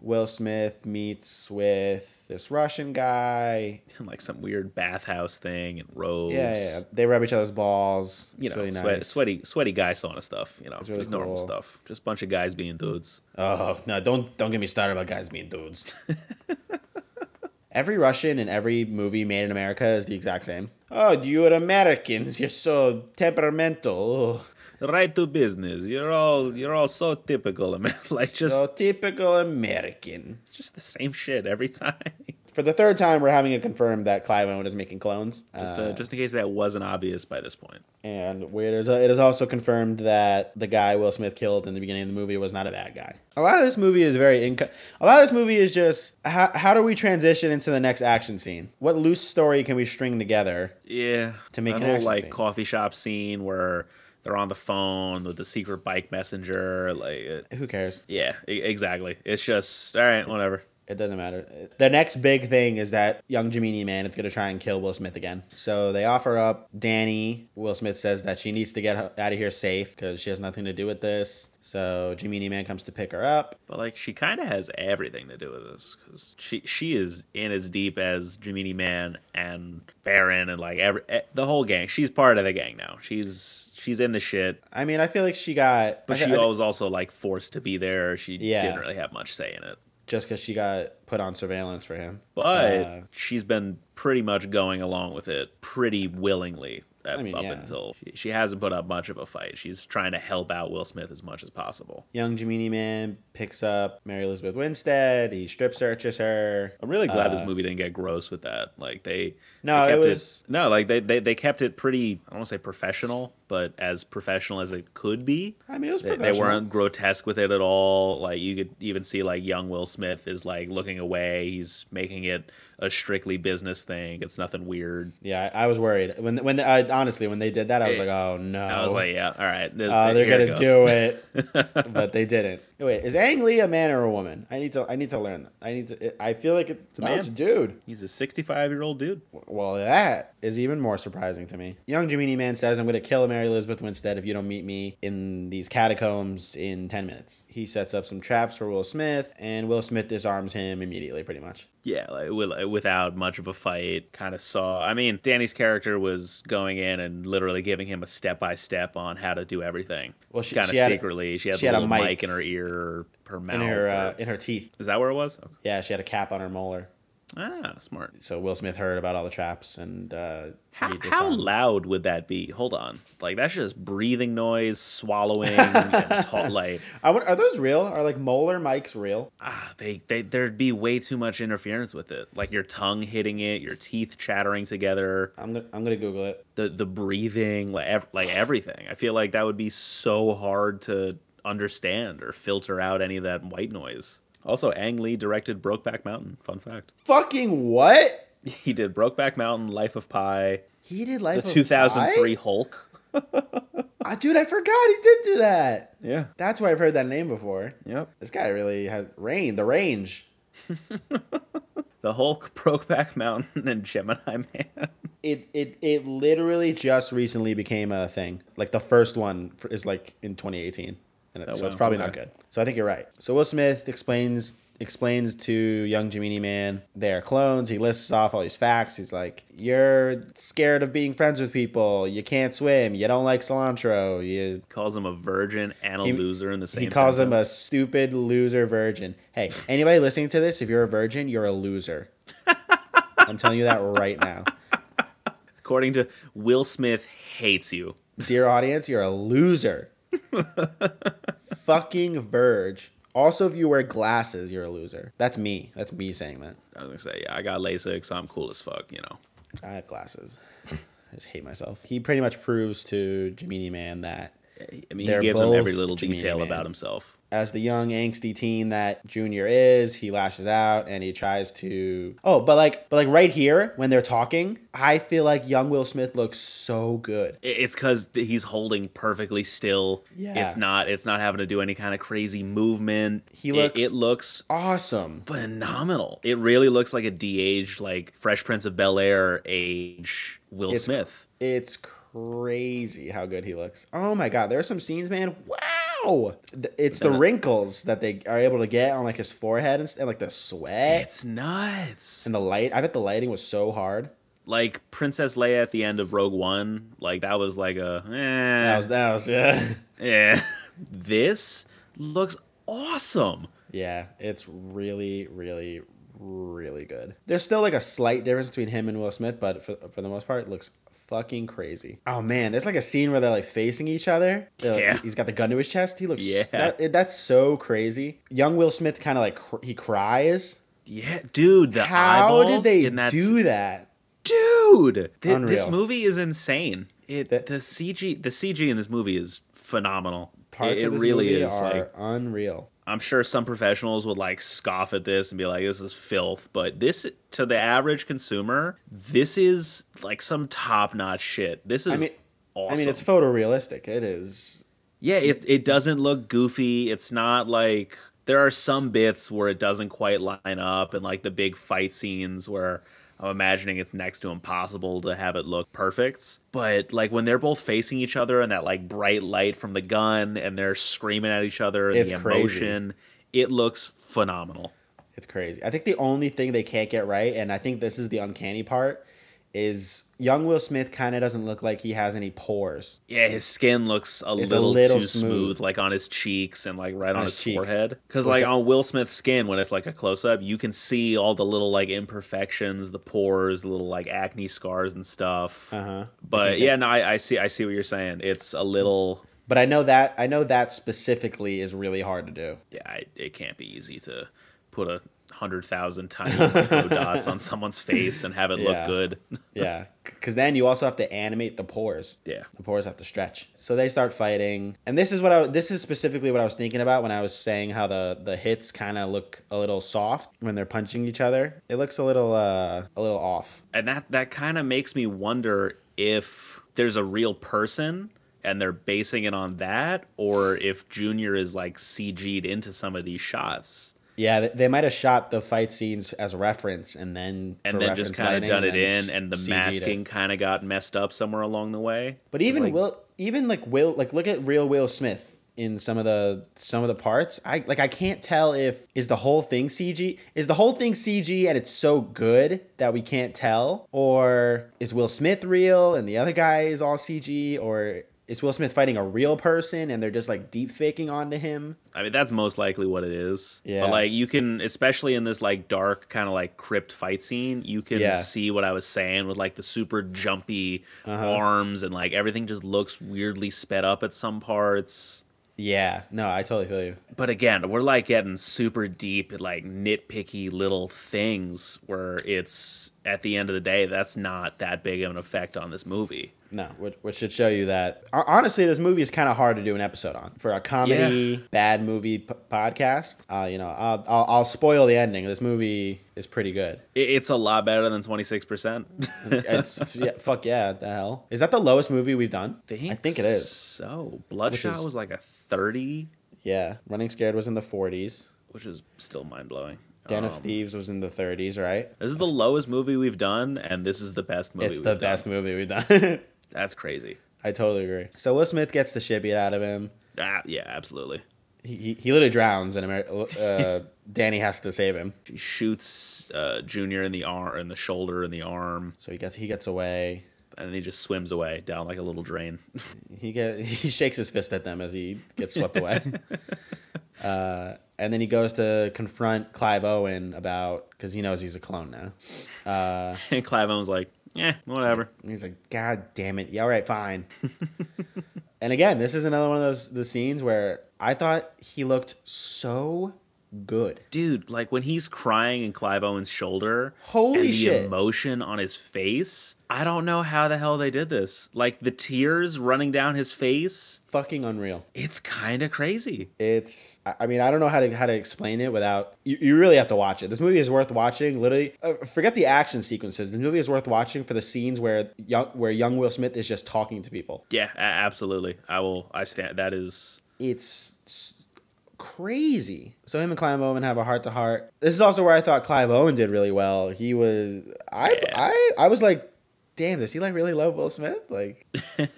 A: Will Smith meets with this Russian guy.
B: like some weird bathhouse thing and robes.
A: Yeah, yeah, yeah. They rub each other's balls.
B: You
A: it's
B: know,
A: really
B: sweat-
A: nice.
B: sweaty, sweaty guy sauna stuff. You know,
A: really
B: just normal
A: cool.
B: stuff. Just bunch of guys being dudes.
A: Oh no! Don't don't get me started about guys being dudes. every Russian in every movie made in America is the exact same. Oh, you are Americans. You're so temperamental. Oh,
B: Right to business. You're all, you're all so typical, man. Like just,
A: so typical American.
B: it's just the same shit every time.
A: For the third time, we're having it confirmed that Clive Owen is making clones.
B: Just,
A: Uh,
B: uh, just in case that wasn't obvious by this point.
A: And where it is, it is also confirmed that the guy Will Smith killed in the beginning of the movie was not a bad guy. A lot of this movie is very inco- a lot of this movie is just how, how do we transition into the next action scene? What loose story can we string together?
B: Yeah.
A: To make
B: that
A: an
B: whole
A: action
B: like
A: scene.
B: coffee shop scene where they're on the phone with the secret bike messenger. Like, it,
A: Who cares?
B: yeah, e- exactly. It's just all right, whatever.
A: It doesn't matter. The next big thing is that young Gemini man is going to try and kill Will Smith again. So they offer up Danny. Will Smith says that she needs to get out of here safe because she has nothing to do with this. So Gemini man comes to pick her up.
B: But like she kind of has everything to do with this because she she is in as deep as Jiminy Man and Baron and like every eh, the whole gang. She's part of the gang now. She's she's in the shit,
A: I mean, I feel like she got.
B: but
A: I-
B: she
A: I-
B: was also like forced to be there. She
A: Yeah.
B: didn't really have much say in it.
A: just because she got put on surveillance for him.
B: But
A: Uh,
B: she's been pretty much going along with it pretty willingly up,
A: I mean,
B: up
A: yeah.
B: until she, she hasn't put up much of a fight. She's trying to help out Will Smith as much as possible.
A: young Gemini man picks up Mary Elizabeth Winstead. He strip searches her.
B: I'm really glad this
A: Uh,
B: movie didn't get gross with that. Like they
A: No,
B: they
A: it
B: kept
A: was-
B: no, like they, they they kept it pretty. I don't want to say professional, but as professional as it could be.
A: I mean, it was
B: They,
A: professional.
B: they weren't grotesque with it at all. Like you could even see like young Will Smith is like looking away. He's making it a strictly business thing. It's nothing weird.
A: Yeah, I, I was worried when when I, honestly when they did that, I was like, oh no.
B: I was like, yeah, all right. this-
A: Oh, they're
B: here it
A: gonna
B: goes.
A: do it, but they didn't. Wait, is Ang Lee a man or a woman? I need to. I need to learn that. I need to. I feel like it's,
B: a
A: no,
B: man.
A: it's a dude.
B: He's a 65 year old dude.
A: Well, that is even more surprising to me. Young Gemini Man says, I'm going to kill Mary Elizabeth Winstead if you don't meet me in these catacombs in 10 minutes. He sets up some traps for Will Smith, and Will Smith disarms him immediately, pretty much.
B: Yeah, like, wi- without much of a fight, kind of saw. I mean, Danny's character was going in and literally giving him a step by step on how to do everything.
A: Well,
B: Well,
A: she-
B: she kind of
A: she had a-
B: secretly, she had,
A: she
B: a
A: had a
B: little mic.
A: mic
B: in her ear, her mouth.
A: In her, uh,
B: or-
A: in her teeth.
B: is that where it was? Okay.
A: Yeah, she had a cap on her molar.
B: Ah, smart.
A: So Will Smith heard about all the traps, and uh,
B: How,
A: he
B: how
A: disarmed.
B: loud would that be? Hold on, like that's just breathing noise, swallowing, and ta- like
A: I wonder- are those real? Are like molar mics real?
B: ah, they, they there'd be way too much interference with it. Like your tongue hitting it, your teeth chattering together.
A: I'm gonna, I'm gonna Google it.
B: the the breathing, like ev- like everything. I feel like that would be so hard to understand or filter out any of that white noise. Also, Ang Lee directed Brokeback Mountain. Fun fact:
A: Fucking what?
B: he did Brokeback Mountain, Life of Pi,
A: He did like
B: the 2003 Hulk.
A: Ah, dude, I forgot he did do that.
B: Yeah.
A: That's where I've heard that name before.
B: Yep.
A: This guy really has rain, the range.
B: The Hulk, Brokeback Mountain, and Gemini Man.
A: It it it literally just recently became a thing. Like the first one f- is like in 2018, and it,
B: Oh,
A: so it's
B: wow,
A: probably not
B: okay.
A: good. So I think you're right. So Will Smith explains explains to young Gemini Man they are clones. He lists off all these facts. He's like, "You're scared of being friends with people. You can't swim. You don't like cilantro. You
B: Calls him a virgin and a
A: He-
B: loser in the same
A: he calls him a
B: sentence.
A: stupid loser virgin. Hey, anybody listening to this, if you're a virgin, you're a loser. I'm telling you that right now.
B: According to Will Smith, hates you.
A: Dear audience, you're a loser. Fucking verge. Also, if you wear glasses, you're a loser. That's me. That's me saying that.
B: I was gonna say, yeah, I got LASIK, so I'm cool as fuck, you know.
A: I have glasses. I just hate myself. He pretty much proves to Gemini Man that
B: I mean,
A: They're
B: he gives him every
A: both
B: little
A: Gemini
B: detail
A: Man.
B: about himself.
A: as the young angsty teen that Junior is, he lashes out and he tries to Oh, but like but like right here when they're talking, I feel like young Will Smith looks so good.
B: I- It's because he's holding perfectly still.
A: Yeah.
B: It's not. It's not having to do any kind of crazy movement.
A: He
B: It-
A: looks-
B: It, looks
A: Awesome.
B: phenomenal. It really looks like a de-aged, like Fresh Prince of Bel Air age Will
A: It's-
B: Smith.
A: It's crazy how good he looks. Oh my god, there are some scenes, man. Wow. Th- It's the
B: Then-
A: wrinkles that they are able to get on like his forehead and, s- and like the sweat
B: It's nuts.
A: and the light. I bet the lighting was so hard.
B: like Princess Leia at the end of Rogue One, like that was like a eh,
A: That was that was yeah.
B: eh. This looks awesome.
A: Yeah, it's really, really, really good. There's still like a slight difference between him and Will Smith, but for, for the most part, it looks fucking crazy. Oh man, there's like a scene where they're like facing each other. They're, like-
B: Yeah.
A: he's got the gun to his chest. He looks
B: Yeah.
A: that- it- that's so crazy. Young Will Smith kind of like cr- he cries.
B: Yeah, dude, the
A: How did
B: eyeballs
A: they
B: in that
A: do that?
B: dude thi- this
A: Unreal.
B: movie is insane it
A: That-
B: the cg the cg in this movie is phenomenal
A: Parts
B: it,
A: of
B: it
A: this
B: really
A: movie
B: is
A: are
B: like
A: unreal.
B: i'm sure some professionals would like scoff at this and be like this is filth but this to the average consumer this is like some top-notch shit this is
A: I mean,
B: awesome
A: I mean, it's photorealistic. It is.
B: yeah it, it doesn't look goofy it's not like there are some bits where it doesn't quite line up and like the big fight scenes where i'm imagining it's next to impossible to have it look perfect but like when they're both facing each other and that like bright light from the gun and they're screaming at each other and
A: It's
B: the
A: crazy.
B: emotion it looks phenomenal
A: It's crazy. I think the only thing they can't get right, and I think this is the uncanny part, is young Will Smith kind of doesn't look like he has any pores
B: yeah his skin looks a,
A: It's a
B: little,
A: little
B: too smooth.
A: smooth.
B: like on his cheeks and like right on,
A: his
B: his,
A: cheeks.
B: forehead because
A: Which
B: like
A: I-
B: on will smith's skin when it's like a close-up you can see all the little like imperfections the pores the little like acne scars and stuff
A: Uh-huh.
B: but yeah no I, I see i see what you're saying it's a little
A: But I know that I know that specifically is really hard to do.
B: yeah I, it can't be easy to put a hundred thousand tiny micro dots on someone's face and have it
A: Yeah.
B: look good
A: Yeah, because then you also have to animate the pores.
B: yeah
A: The pores have to stretch. So they start fighting, and this is what I this is specifically what I was thinking about when I was saying how the the hits kind of look a little soft when they're punching each other. It looks a little uh a little off.
B: and that that kind of makes me wonder if there's a real person and they're basing it on that or if junior is like cg'd into some of these shots
A: Yeah, they, they might have shot the fight scenes as reference and then
B: and
A: for
B: then
A: reference
B: just kind of
A: lighting
B: done it
A: then
B: in and the
A: CG'd it.
B: masking kind of got messed up somewhere along the way
A: But
B: It's
A: even
B: like,
A: Will, even like Will, like look at real Will Smith in some of the some of the parts. I like I can't tell if is the whole thing CG. Is the whole thing CG and it's so good that we can't tell, or is Will Smith real and the other guy is all CG, or is Will Smith fighting a real person and they're just like deep faking onto him?
B: I mean, that's most likely what it is.
A: Yeah.
B: But like, you can, especially in this like dark kind of like crypt fight scene, you can
A: Yeah.
B: see what I was saying with like the super jumpy
A: Uh-huh.
B: arms and like everything just looks weirdly sped up at some parts.
A: Yeah, no, I totally feel you.
B: But again, we're like getting super deep at like nitpicky little things where it's at the end of the day, that's not that big of an effect on this movie.
A: No, which, which should show you that hon- honestly, this movie is kind of hard to do an episode on for a comedy bad movie p- podcast. Uh, you know, I'll, I'll, I'll spoil the ending. This movie is pretty good.
B: I- It's a lot better than
A: Mm-hmm.
B: 26%.
A: It's yeah, fuck yeah, what the hell is that the lowest movie we've done? I think it is.
B: So, Bloodshot
A: is-
B: was like a 30,
A: Yeah, Running Scared was in the 40s.
B: which is still mind blowing.
A: Den
B: Um,
A: of Thieves was in the 30s, right?
B: This is the lowest movie we've done, and this is the best movie
A: It's
B: we've
A: the
B: done.
A: best movie we've done.
B: That's crazy.
A: I totally agree. So Will Smith gets the shit beat out of him.
B: Ah, yeah, absolutely.
A: He, he, he literally drowns, and Ameri- uh, Danny has to save him.
B: She shoots uh, Junior in the arm, in the shoulder, in the arm,
A: So he gets he gets away.
B: and then he just swims away down like a little drain.
A: He get he shakes his fist at them as he gets swept away. Uh, and then he goes to confront Clive Owen about because he knows he's a clone now. Uh,
B: and Clive Owen's like, eh, whatever.
A: And he's like, God damn it. Yeah, all right, fine. and again, this is another one of those the scenes where I thought he looked so good.
B: Dude, like when he's crying in Clive Owen's shoulder,
A: Holy
B: and the
A: shit.
B: emotion on his face. I don't know how the hell they did this. Like the tears running down his face.
A: Fucking unreal.
B: It's kind of crazy.
A: It's I I mean, I don't know how to how to explain it without you, you really have to watch it. This movie is worth watching. Literally uh, forget the action sequences. This movie is worth watching for the scenes where young where young Will Smith is just talking to people.
B: Yeah, a- absolutely. I will. I stand. That is
A: it's s- crazy. So him and Clive Owen have a heart to heart. This is also where I thought Clive Owen did really well. He was I
B: Yeah.
A: I I was like, damn, does he like really love Will Smith? Like I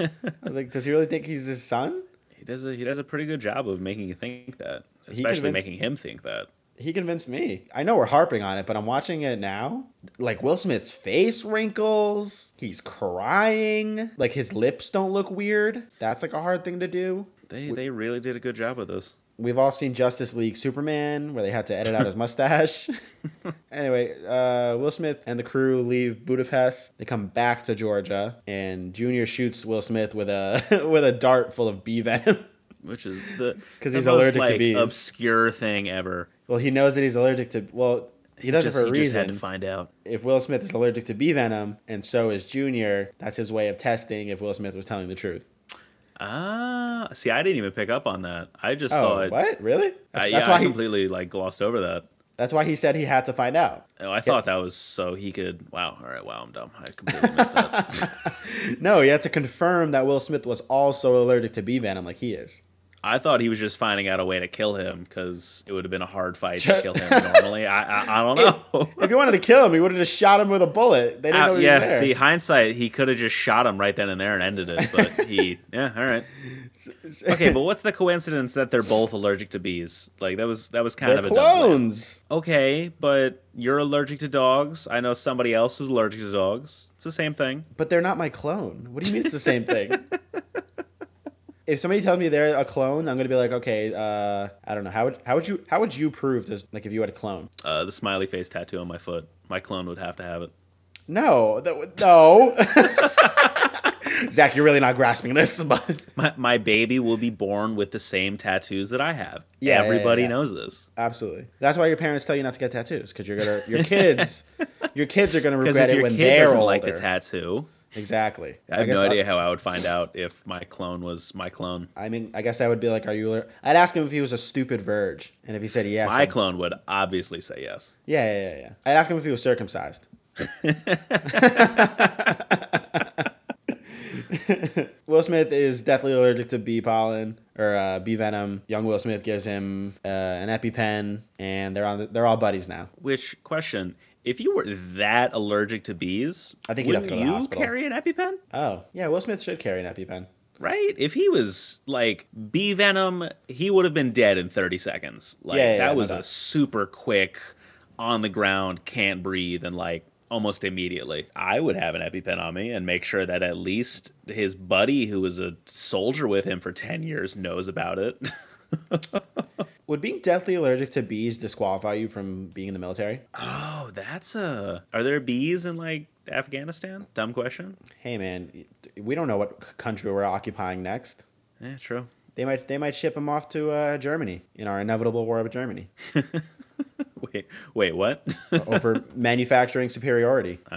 A: was like, does he really think he's his son?
B: he does a he does a pretty good job of making you think that,
A: He
B: especially
A: convinced-
B: making him think that.
A: He convinced me. I know we're harping on it, but I'm watching it now. Like Will Smith's face wrinkles. He's crying. Like his lips don't look weird. That's like a hard thing to do.
B: They they really did a good job with this.
A: We've all seen Justice League Superman, where they had to edit out his mustache. anyway, uh, Will Smith and the crew leave Budapest. They come back to Georgia, and Junior shoots Will Smith with a with a dart full of bee venom.
B: Which is the
A: 'Cause
B: the
A: he's allergic to
B: like,
A: bees.
B: obscure thing ever.
A: well, he knows that he's allergic to. Well, he does
B: Just,
A: it for
B: he
A: a
B: just had to
A: reason.
B: find out.
A: if Will Smith is allergic to bee venom, and so is Junior, that's his way of testing if Will Smith was telling the truth.
B: Ah, see, I didn't even pick up on that. I just
A: Oh,
B: thought
A: what? Really?
B: I,
A: That's,
B: yeah,
A: that's why
B: I
A: he.
B: completely like glossed over that.
A: that's why he said he had to find out.
B: Oh, I thought that was so he could. Wow. All right. Wow. I'm dumb. I completely missed that.
A: No, he had to confirm that Will Smith was also allergic to bee venom, like he is.
B: I thought he was just finding out a way to kill him because it would have been a hard fight to kill him normally. I, I I don't know.
A: If you wanted to kill him, he would have just shot him with a bullet. They didn't know
B: Uh,
A: he
B: yeah.
A: was there.
B: See, hindsight, he could have just shot him right then and there and ended it. But he. yeah. All right. Okay. But what's the coincidence that they're both allergic to bees? Like that was that was kind
A: they're
B: of a dumb plan.
A: clones.
B: Okay, but you're allergic to dogs. I know somebody else who's allergic to dogs. It's the same thing.
A: But they're not my clone. What do you mean it's the same thing? If somebody tells me they're a clone, I'm gonna be like, okay, uh, I don't know. How would how would you how would you prove this? Like, if you had a clone?
B: Uh, the smiley face tattoo on my foot. My clone would have to have it.
A: No, that would no. Zach, you're really not grasping this, but
B: My, my baby will be born with the same tattoos that I have.
A: Yeah, yeah,
B: Everybody
A: yeah.
B: knows this.
A: absolutely. That's why your parents tell you not to get tattoos because you're gonna your kids, your kids are gonna
B: Because
A: regret
B: if
A: it
B: your
A: when
B: kid
A: they're
B: doesn't
A: older.
B: like a tattoo,
A: exactly.
B: I have
A: guess
B: no
A: I'll-
B: idea how I would find out if my clone was my clone.
A: I mean, I guess I would be like, "Are you?" aller-" I'd ask him if he was a stupid verge, and if he said yes,
B: My
A: I'd-
B: clone would obviously say yes.
A: yeah, yeah, yeah, yeah. I'd ask him if he was circumcised. Will Smith is deathly allergic to bee pollen or uh, bee venom. Young Will Smith gives him uh, an EpiPen, and they're on. The, they're all buddies now.
B: Which question? If you were that allergic to bees,
A: I think you'd have
B: wouldn't
A: to go to the
B: you
A: hospital.
B: carry an EpiPen?
A: Oh, yeah. Will Smith should carry an EpiPen.
B: Right? If he was like bee venom, he would have been dead in 30 seconds. Like
A: Yeah, yeah,
B: that
A: yeah, no
B: was a
A: doubt.
B: super quick on the ground, can't breathe and like almost immediately. I would have an EpiPen on me and make sure that at least his buddy who was a soldier with him for 10 years knows about it.
A: Would being deathly allergic to bees disqualify you from being in the military?
B: oh, that's a Are there bees in like Afghanistan? Dumb question.
A: Hey, man, we don't know what country we're occupying next.
B: Yeah, true.
A: They might they might ship him off to uh, Germany in our inevitable war with Germany.
B: wait, wait, what?
A: over manufacturing superiority.
B: Uh,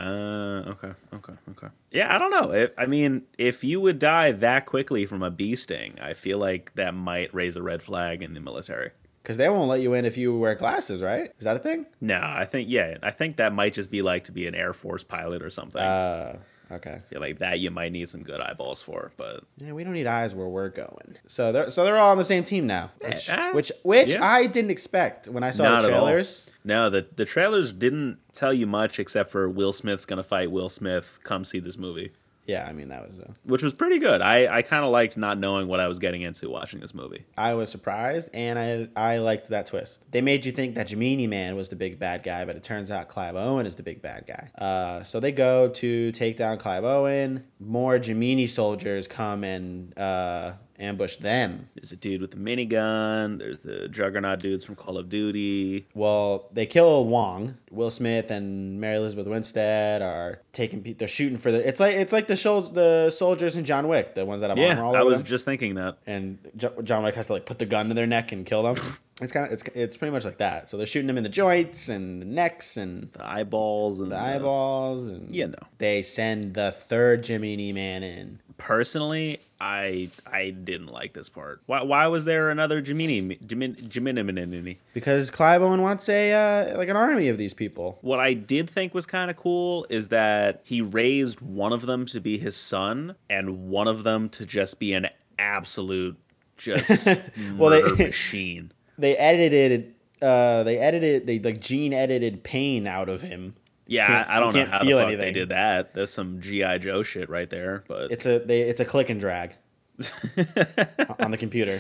B: okay, okay, okay. Yeah, I don't know. If, I mean, if you would die that quickly from a bee sting, I feel like that might raise a red flag in the military.
A: Because they won't let you in if you wear glasses, right? Is that a thing?
B: No, I think yeah, I think that might just be like to be an Air Force pilot or something.
A: Uh, okay.
B: I feel like that you might need some good eyeballs for, but
A: Yeah, we don't need eyes where we're going. So they're so they're all on the same team now, which
B: Yeah, uh,
A: which, which
B: yeah.
A: I didn't expect when I saw
B: Not
A: the
B: at all.
A: trailers.
B: no, the the trailers didn't tell you much except for Will Smith's gonna fight Will Smith. Come see this movie,
A: Yeah, I mean that was. Uh,
B: which was pretty good. I I kind of liked not knowing what I was getting into watching this movie.
A: I was surprised, and I I liked that twist. They made you think that Gemini Man was the big bad guy, but it turns out Clive Owen is the big bad guy. Uh, so they go to take down Clive Owen. More Gemini soldiers come and uh, ambush them.
B: There's a dude with a minigun. There's the Juggernaut dudes from Call of Duty.
A: Well, they kill Wong. Will Smith and Mary Elizabeth Winstead are taking. pe- They're shooting for the. It's like it's like the shol- the soldiers in John Wick, the ones that have
B: Yeah,
A: armor all
B: I
A: over
B: was
A: them.
B: just thinking that.
A: and Jo- John Wick has to like put the gun to their neck and kill them. It's kind of it's it's pretty much like that. So they're shooting them in the joints and the necks and
B: The eyeballs and
A: the eyeballs and
B: Yeah, no.
A: They send the third Jiminy Man in.
B: Personally, I I didn't like this part. Why why was there another Jimini Jimin Jimini?
A: Because Clive Owen wants a uh, like an army of these people.
B: What I did think was kind of cool is that he raised one of them to be his son and one of them to just be an absolute just
A: Well, they-
B: murder machine.
A: They edited uh they edited they like gene edited pain out of him.
B: Yeah,
A: Can't-
B: I, I don't
A: you
B: know
A: can't
B: how the
A: feel
B: fuck they
A: anything.
B: did that. That's some GI Joe shit right there, but
A: It's a they it's a click and drag on the computer.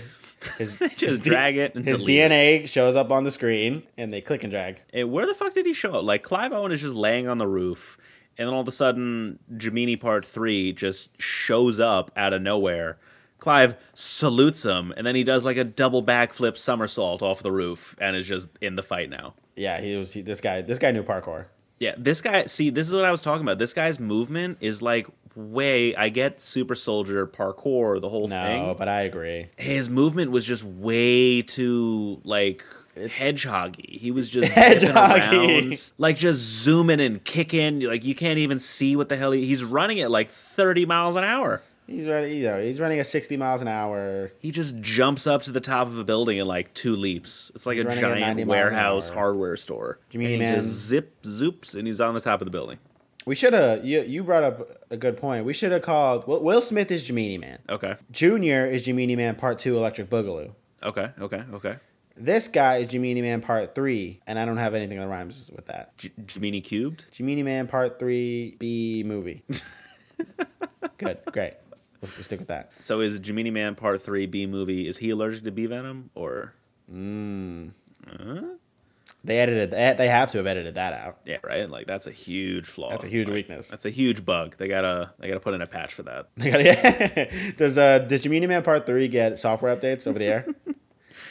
A: His,
B: They just drag it and
A: his
B: delete it.
A: DNA shows up on the screen and they click and drag.
B: Hey, where the fuck did he show up? Like Clive Owen is just laying on the roof, and then all of a sudden, Jamini Part Three just shows up out of nowhere. Clive salutes him, and then he does like a double backflip somersault off the roof, and is just in the fight now.
A: Yeah, he was he, this guy. This guy knew parkour.
B: Yeah, this guy. See, this is what I was talking about. This guy's movement is like way. I get super soldier parkour, the whole
A: No,
B: thing.
A: but I agree.
B: His movement was just way too like hedgehoggy. He was just
A: Hedgehoggy.
B: hedgehoggy. Around, like just zooming and kicking. Like you can't even see what the hell he, he's running at like thirty miles an hour.
A: He's running. You know, he's running at sixty miles an hour.
B: He just jumps up to the top of a building in like two leaps. It's like
A: He's
B: a
A: running at 90
B: giant
A: miles an
B: warehouse
A: hour.
B: hardware store.
A: Jimmy
B: and he
A: Man.
B: just zip zoops and he's on the top of the building.
A: We should have. You, you brought up a good point. We should have called. Will, Will Smith is Gemini Man.
B: Okay.
A: Junior is Gemini Man Part Two, Electric Boogaloo.
B: Okay. Okay. Okay.
A: This guy is Gemini Man Part Three, and I don't have anything that rhymes with that.
B: J- Jimini cubed.
A: Gemini Man Part Three B movie. good, great. We'll, we'll stick with that.
B: So is Jimini Man Part Three B movie? Is he allergic to bee venom or?
A: They edited. They, they have to have edited that out.
B: Yeah, right. Like that's a huge flaw.
A: That's a huge
B: Like,
A: weakness.
B: That's a huge bug. They gotta they gotta put in a patch for that.
A: They got yeah. Does uh does Gemini Man Part Three get software updates over the air?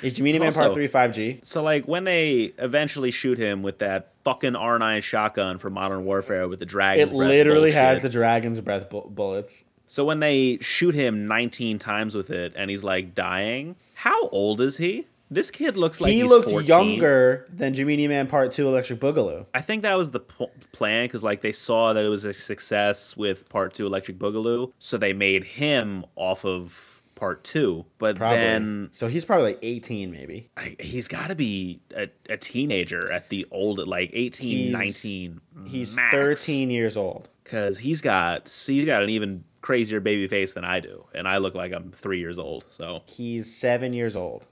A: Is Gemini Man Part
B: Also-
A: Three five G?
B: So like when they eventually shoot him with that fucking R9 shotgun for Modern Warfare with the dragon,
A: It literally has the dragon's breath bu- bullets.
B: So when they shoot him 19 times with it and he's like dying, how old is he? This kid looks like
A: he
B: he's
A: looked
B: 14.
A: younger than Gemini Man Part Two Electric Boogaloo.
B: I think that was the p- plan because like they saw that it was a success with Part Two Electric Boogaloo, so they made him off of Part Two. But
A: Probably.
B: then
A: so he's probably like eighteen, maybe.
B: I, he's got to be a, a teenager at the old like 18
A: He's-
B: 19
A: He's thirteen years old.
B: because he's got he's got an even crazier baby face than i do and i look like i'm three years old so
A: He's seven years old.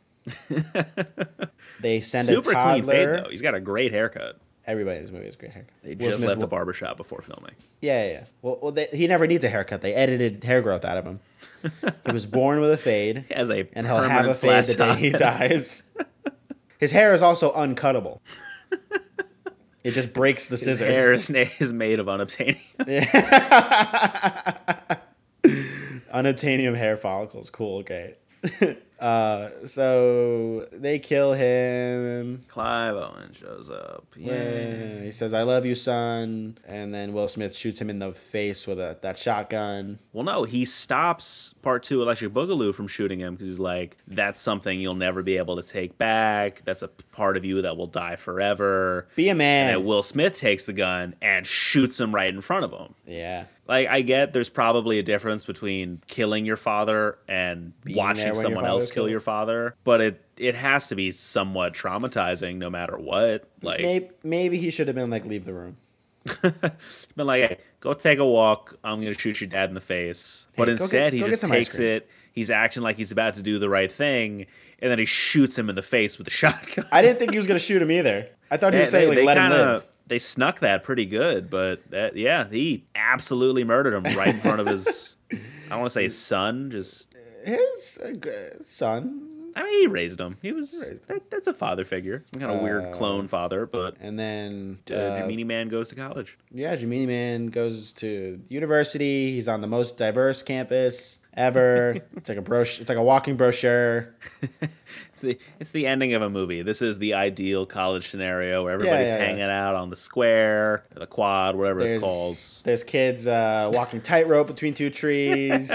A: they send
B: super
A: a
B: clean fade
A: toddler.
B: though he's got a great haircut
A: Everybody in this movie is great haircut.
B: they
A: Will
B: just
A: Smith
B: left the
A: wa-
B: barbershop before filming
A: Yeah, yeah. yeah. Well, well they, he never needs a haircut. They edited hair growth out of him. he was born with a fade.
B: he has a
A: and he'll have a fade
B: permanent
A: the
B: flat
A: day he
B: top.
A: dies. His hair is also uncuttable. It just breaks the
B: his
A: scissors.
B: hair is, is made of unobtainium
A: Unobtainium hair follicles. Cool, great. Uh, so they kill him.
B: Clive Owen shows up.
A: Yeah.
B: Yeah.
A: He says, "I love you, son," and then Will Smith shoots him in the face with a, that shotgun.
B: Well, no, he stops Part Two Electric Boogaloo from shooting him because he's like, "That's something you'll never be able to take back. That's a part of you that will die forever."
A: Be a man.
B: And Will Smith takes the gun and shoots him right in front of him.
A: yeah.
B: Like I get there's probably a difference between killing your father and
A: Being there
B: watching
A: when your
B: someone else
A: father's
B: kill
A: killed.
B: your father, but it it has to be somewhat traumatizing no matter what. Like
A: maybe, maybe he should have been like, "Leave the room."
B: been like, hey, go take a walk. I'm gonna shoot your dad in the face. But
A: Hey, go
B: instead,
A: get-
B: he
A: go get
B: just
A: some ice
B: takes
A: cream.
B: it. He's acting like he's about to do the right thing, and then he shoots him in the face with a shotgun.
A: I didn't think he was gonna shoot him either. I thought he was saying like, "Let him live."
B: They snuck that pretty good, but that, yeah, he absolutely murdered him right in front of his. I don't want to say his son. Just
A: His uh, g- son,
B: I mean, he raised him. He was
A: raised him.
B: that, that's a father figure, some kind of
A: Uh,
B: weird clone father. But
A: and then
B: uh,
A: uh,
B: Gemini Man goes to college.
A: Yeah, Jimini Man goes to university. He's on the most diverse campus ever. it's like a brochure. It's like a walking brochure.
B: It's the it's the ending of a movie. This is the ideal college scenario where everybody's
A: yeah, yeah.
B: hanging out on the square, the quad, whatever
A: There's,
B: it's called.
A: there's kids uh, walking tightrope between two trees.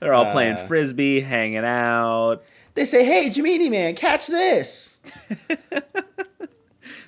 B: They're all playing
A: uh,
B: frisbee, hanging out.
A: they say, "Hey, Jimini Man, catch this!"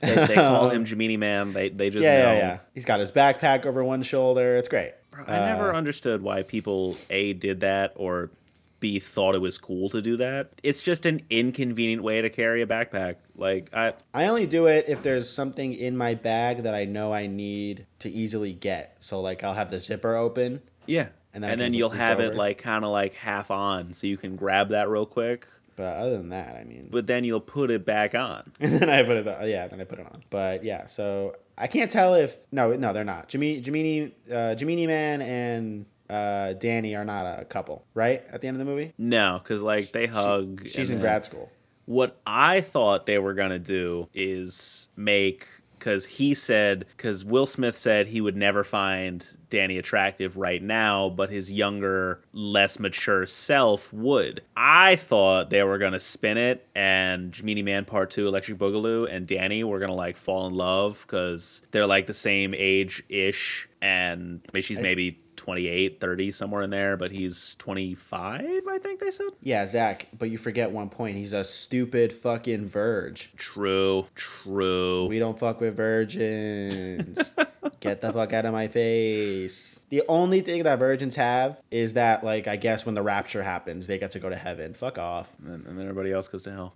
B: They, they call him Gemini Man. They they just
A: Yeah,
B: know.
A: yeah, yeah. He's got his backpack over one shoulder. It's great. Uh,
B: Bro, I never understood why people a did that or b thought it was cool to do that. It's just an inconvenient way to carry a backpack. Like I
A: I only do it if there's something in my bag that I know I need to easily get. So like, I'll have the zipper open.
B: yeah,
A: And
B: and
A: then
B: then,
A: I can
B: you'll
A: reach
B: have
A: over.
B: it like kind of like half on, so you can grab that real quick.
A: But other than that, I mean,
B: But then you'll put it back on.
A: and then I put it on. Yeah, then I put it on. But yeah, so I can't tell if no, no, they're not. Jimmy, Jimini, uh, Jimini Man and uh, Danny are not a couple, right? At the end of the movie,
B: No, because like they hug.
A: she's
B: and
A: in
B: then-
A: grad school.
B: What I thought they were gonna do is make because he said because Will Smith said he would never find Danny attractive right now, but his younger, less mature self would. I thought they were gonna spin it and Gemini Man Part Two, Electric Boogaloo, and Danny were gonna like fall in love because they're like the same age ish, and I mean, she's maybe. 28 30 somewhere in there but he's 25 i think they said
A: Yeah, Zach, but you forget one point. He's a stupid fucking verge.
B: True, true.
A: We don't fuck with virgins. Get the fuck out of my face. The only thing that virgins have is that, like, I guess when the rapture happens, they get to go to heaven. Fuck off.
B: and, and then everybody else goes to hell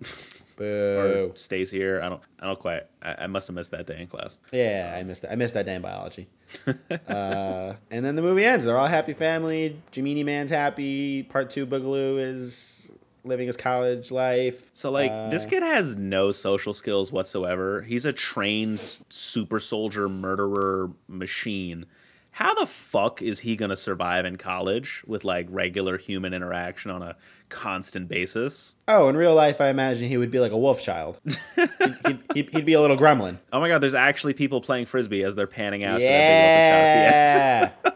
A: Boo.
B: or stays here. I don't. I don't quite. I, I must have missed that day in class.
A: Yeah, I missed that. I missed that day in biology. uh, and then the movie ends. They're all happy family. Jimini Man's happy. Part two, Boogaloo is living his college life.
B: So like this
A: Uh,
B: kid has no social skills whatsoever. He's a trained super soldier murderer machine. How the fuck is he gonna survive in college with like regular human interaction on a constant basis?
A: Oh, in real life, I imagine he would be like a wolf child. he'd, he'd, he'd, he'd be a little gremlin.
B: Oh my god, there's actually people playing frisbee as they're panning out. to that big open shot at the end.
A: yeah.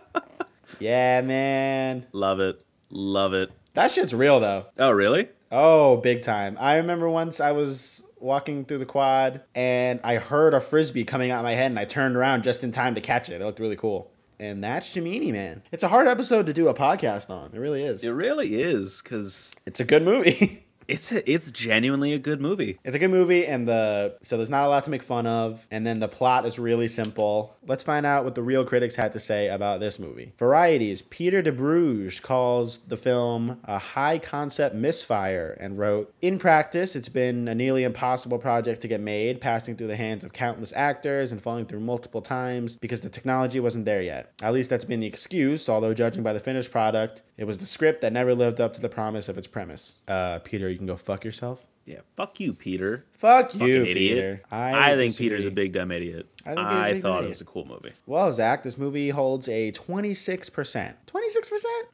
A: yeah, man.
B: love it, love it.
A: That shit's real though.
B: Oh really?
A: Oh, big time. I remember once I was walking through the quad and I heard a frisbee coming out of my head and I turned around just in time to catch it. It looked really cool. And that's Jamini, man. It's a hard episode to do a podcast on. It really is.
B: It really is because
A: It's a good movie.
B: It's a, it's genuinely a good movie.
A: it's a good movie and the so there's not a lot to make fun of and then the plot is really simple let's find out what the real critics had to say about this movie varieties peter debruge calls the film a high concept misfire and wrote in practice it's been a nearly impossible project to get made passing through the hands of countless actors and falling through multiple times because the technology wasn't there yet at least that's been the excuse although judging by the finished product it was the script that never lived up to the promise of its premise uh, peter you can go fuck yourself
B: Yeah, fuck you, Peter.
A: Fuck
B: Fucking
A: you,
B: idiot.
A: Peter.
B: I, think
A: disagree.
B: Peter's a big dumb idiot.
A: I
B: I,
A: think Peter's a big
B: thought
A: idiot.
B: it was a cool movie.
A: Well, Zach, this movie holds a 26%. 26%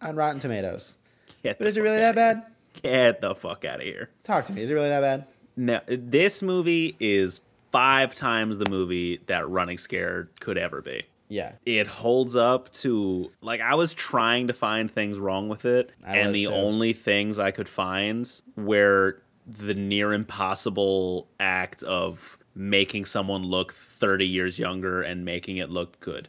A: on Rotten Tomatoes.
B: Get
A: But
B: the
A: is it
B: fuck
A: really that
B: outta
A: bad?
B: here. Get the fuck out of here.
A: Talk to me. Is it really that bad?
B: No, this movie is five times the movie that Running Scared could ever be.
A: Yeah.
B: It holds up to like I was trying to find things wrong with it,
A: I
B: and
A: was
B: the
A: too.
B: only things I could find were the near impossible act of making someone look 30 years younger and making it look good.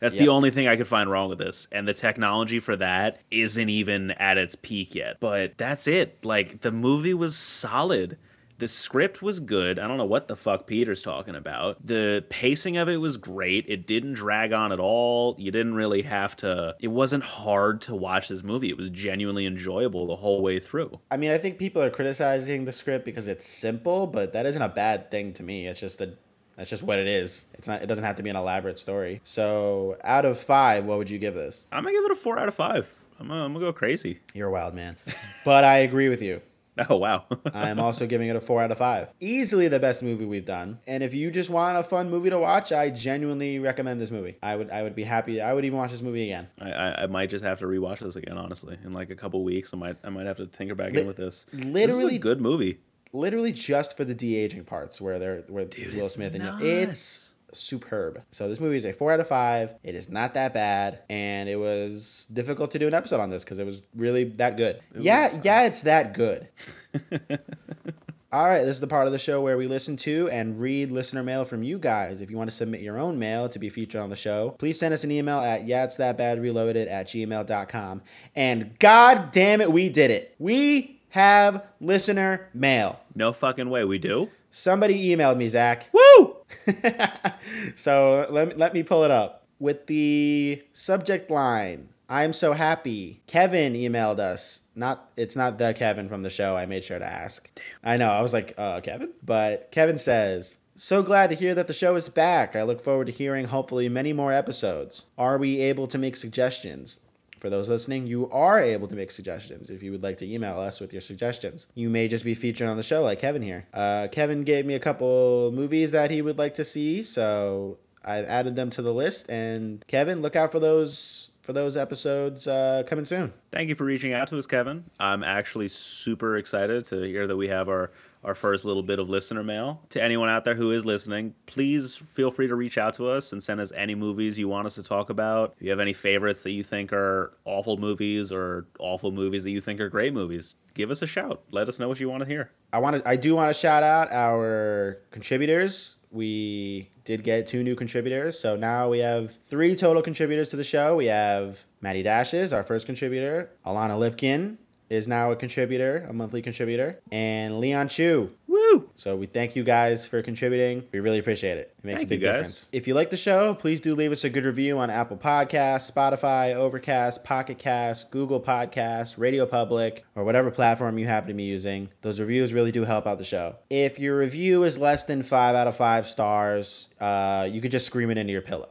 B: That's
A: Yep.
B: the only thing I could find wrong with this. And the technology for that isn't even at its peak yet. But that's it. Like the movie was solid. The script was good. I don't know what the fuck Peter's talking about. The pacing of it was great. It didn't drag on at all. You didn't really have to, it wasn't hard to watch this movie. It was genuinely enjoyable the whole way through.
A: I mean, I think people are criticizing the script because it's simple, but that isn't a bad thing to me. It's just a that's just what it is. It's not it doesn't have to be an elaborate story. So, out of 5, what would you give this?
B: I'm going to give it a four out of five. I'm gonna, I'm gonna go crazy.
A: You're a wild man. but I agree with you.
B: Oh, wow.
A: I'm also giving it a four out of five. Easily the best movie we've done. And if you just want a fun movie to watch, I genuinely recommend this movie. I would I would be happy. I would even watch this movie again.
B: I, I, I might just have to rewatch this again, honestly. In like a couple weeks, I might I might have to tinker back
A: Li-
B: in with this. this is
A: literally-
B: a good movie.
A: Literally just for the de aging parts where they're where Will Smith and
B: nuts.
A: it's superb. So this movie is a four out of five. It is not that bad, and it was difficult to do an episode on this because it was really that good. yeah, yeah, it's that good. All right, this is the part of the show where we listen to and read listener mail from you guys. If you want to submit your own mail to be featured on the show, please send us an email at yeah, it's that bad reloaded at gmail.com. And god damn it, we did it. We have listener mail.
B: No fucking way, we do.
A: Somebody emailed me, Zach.
B: Woo!
A: so let me, let me pull it up with the subject line. I'm so happy. Kevin emailed us. Not it's not the Kevin from the show. I made sure to ask. I know. I was like, uh, Kevin, but Kevin says, "So glad to hear that the show is back. I look forward to hearing hopefully many more episodes. Are we able to make suggestions? For those listening, you are able to make suggestions if you would like to email us with your suggestions. You may just be featured on the show, like Kevin here. Uh, Kevin gave me a couple movies that he would like to see, so I've added them to the list. And Kevin, look out for those for those episodes uh, coming soon.
B: Thank you for reaching out to us, Kevin. I'm actually super excited to hear that we have our our first little bit of listener mail. To anyone out there who is listening, please feel free to reach out to us and send us any movies you want us to talk about. If you have any favorites that you think are awful movies or awful movies that you think are great movies, give us a shout. Let us know what you want to hear.
A: I want to. I do want to shout out our contributors. We did get two new contributors, so now we have three total contributors to the show. We have Maddie Dashes, our first contributor. Alana Lipkin is now a contributor, a monthly contributor, and Leon Chu.
B: Woo!
A: So we thank you guys for contributing. We really appreciate it. It makes
B: Thank
A: a big
B: you, guys.
A: difference. If you like the show, please do leave us a good review on Apple Podcasts, Spotify, Overcast, Pocket Cast, Google Podcasts, Radio Public, or whatever platform you happen to be using. Those reviews really do help out the show. If your review is less than five out of five stars, uh, you could just scream it into your pillow.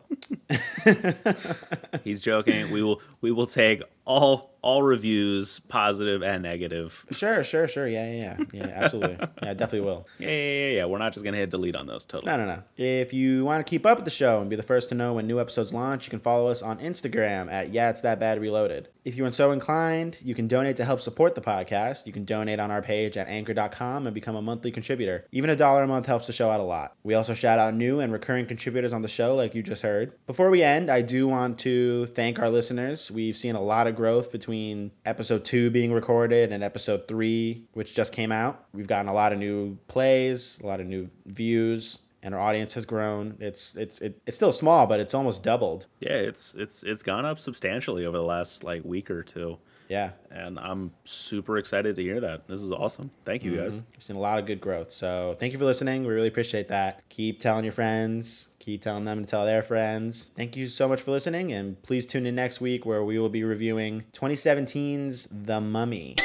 B: He's joking. We will we will take all all reviews, positive and negative.
A: sure, sure, sure. Yeah, yeah, yeah. Yeah, absolutely. Yeah, I definitely will.
B: Yeah, yeah, yeah, yeah. We're not just gonna hit delete on those. Totally.
A: No, no, no. If you want to keep up with the show and be the first to know when new episodes launch, you can follow us on Instagram at Yeah It's That Bad Reloaded. If you are so inclined, you can donate to help support the podcast. You can donate on our page at anchor.com and become a monthly contributor. Even a dollar a month helps the show out a lot. We also shout out new and recurring contributors on the show, like you just heard. Before we end, I do want to thank our listeners. We've seen a lot of growth between episode two being recorded and episode three, which just came out. We've gotten a lot of new plays, a lot of new views and our audience has grown. It's it's it, it's still small, but it's almost doubled.
B: Yeah, it's it's it's gone up substantially over the last like week or two,
A: Yeah,
B: and I'm super excited to hear that. This is awesome. Thank you guys.
A: we've seen a lot of good growth. So thank you for listening. We really appreciate that. Keep telling your friends. Keep telling them to tell their friends. Thank you so much for listening, and please tune in next week where we will be reviewing 2017's The Mummy.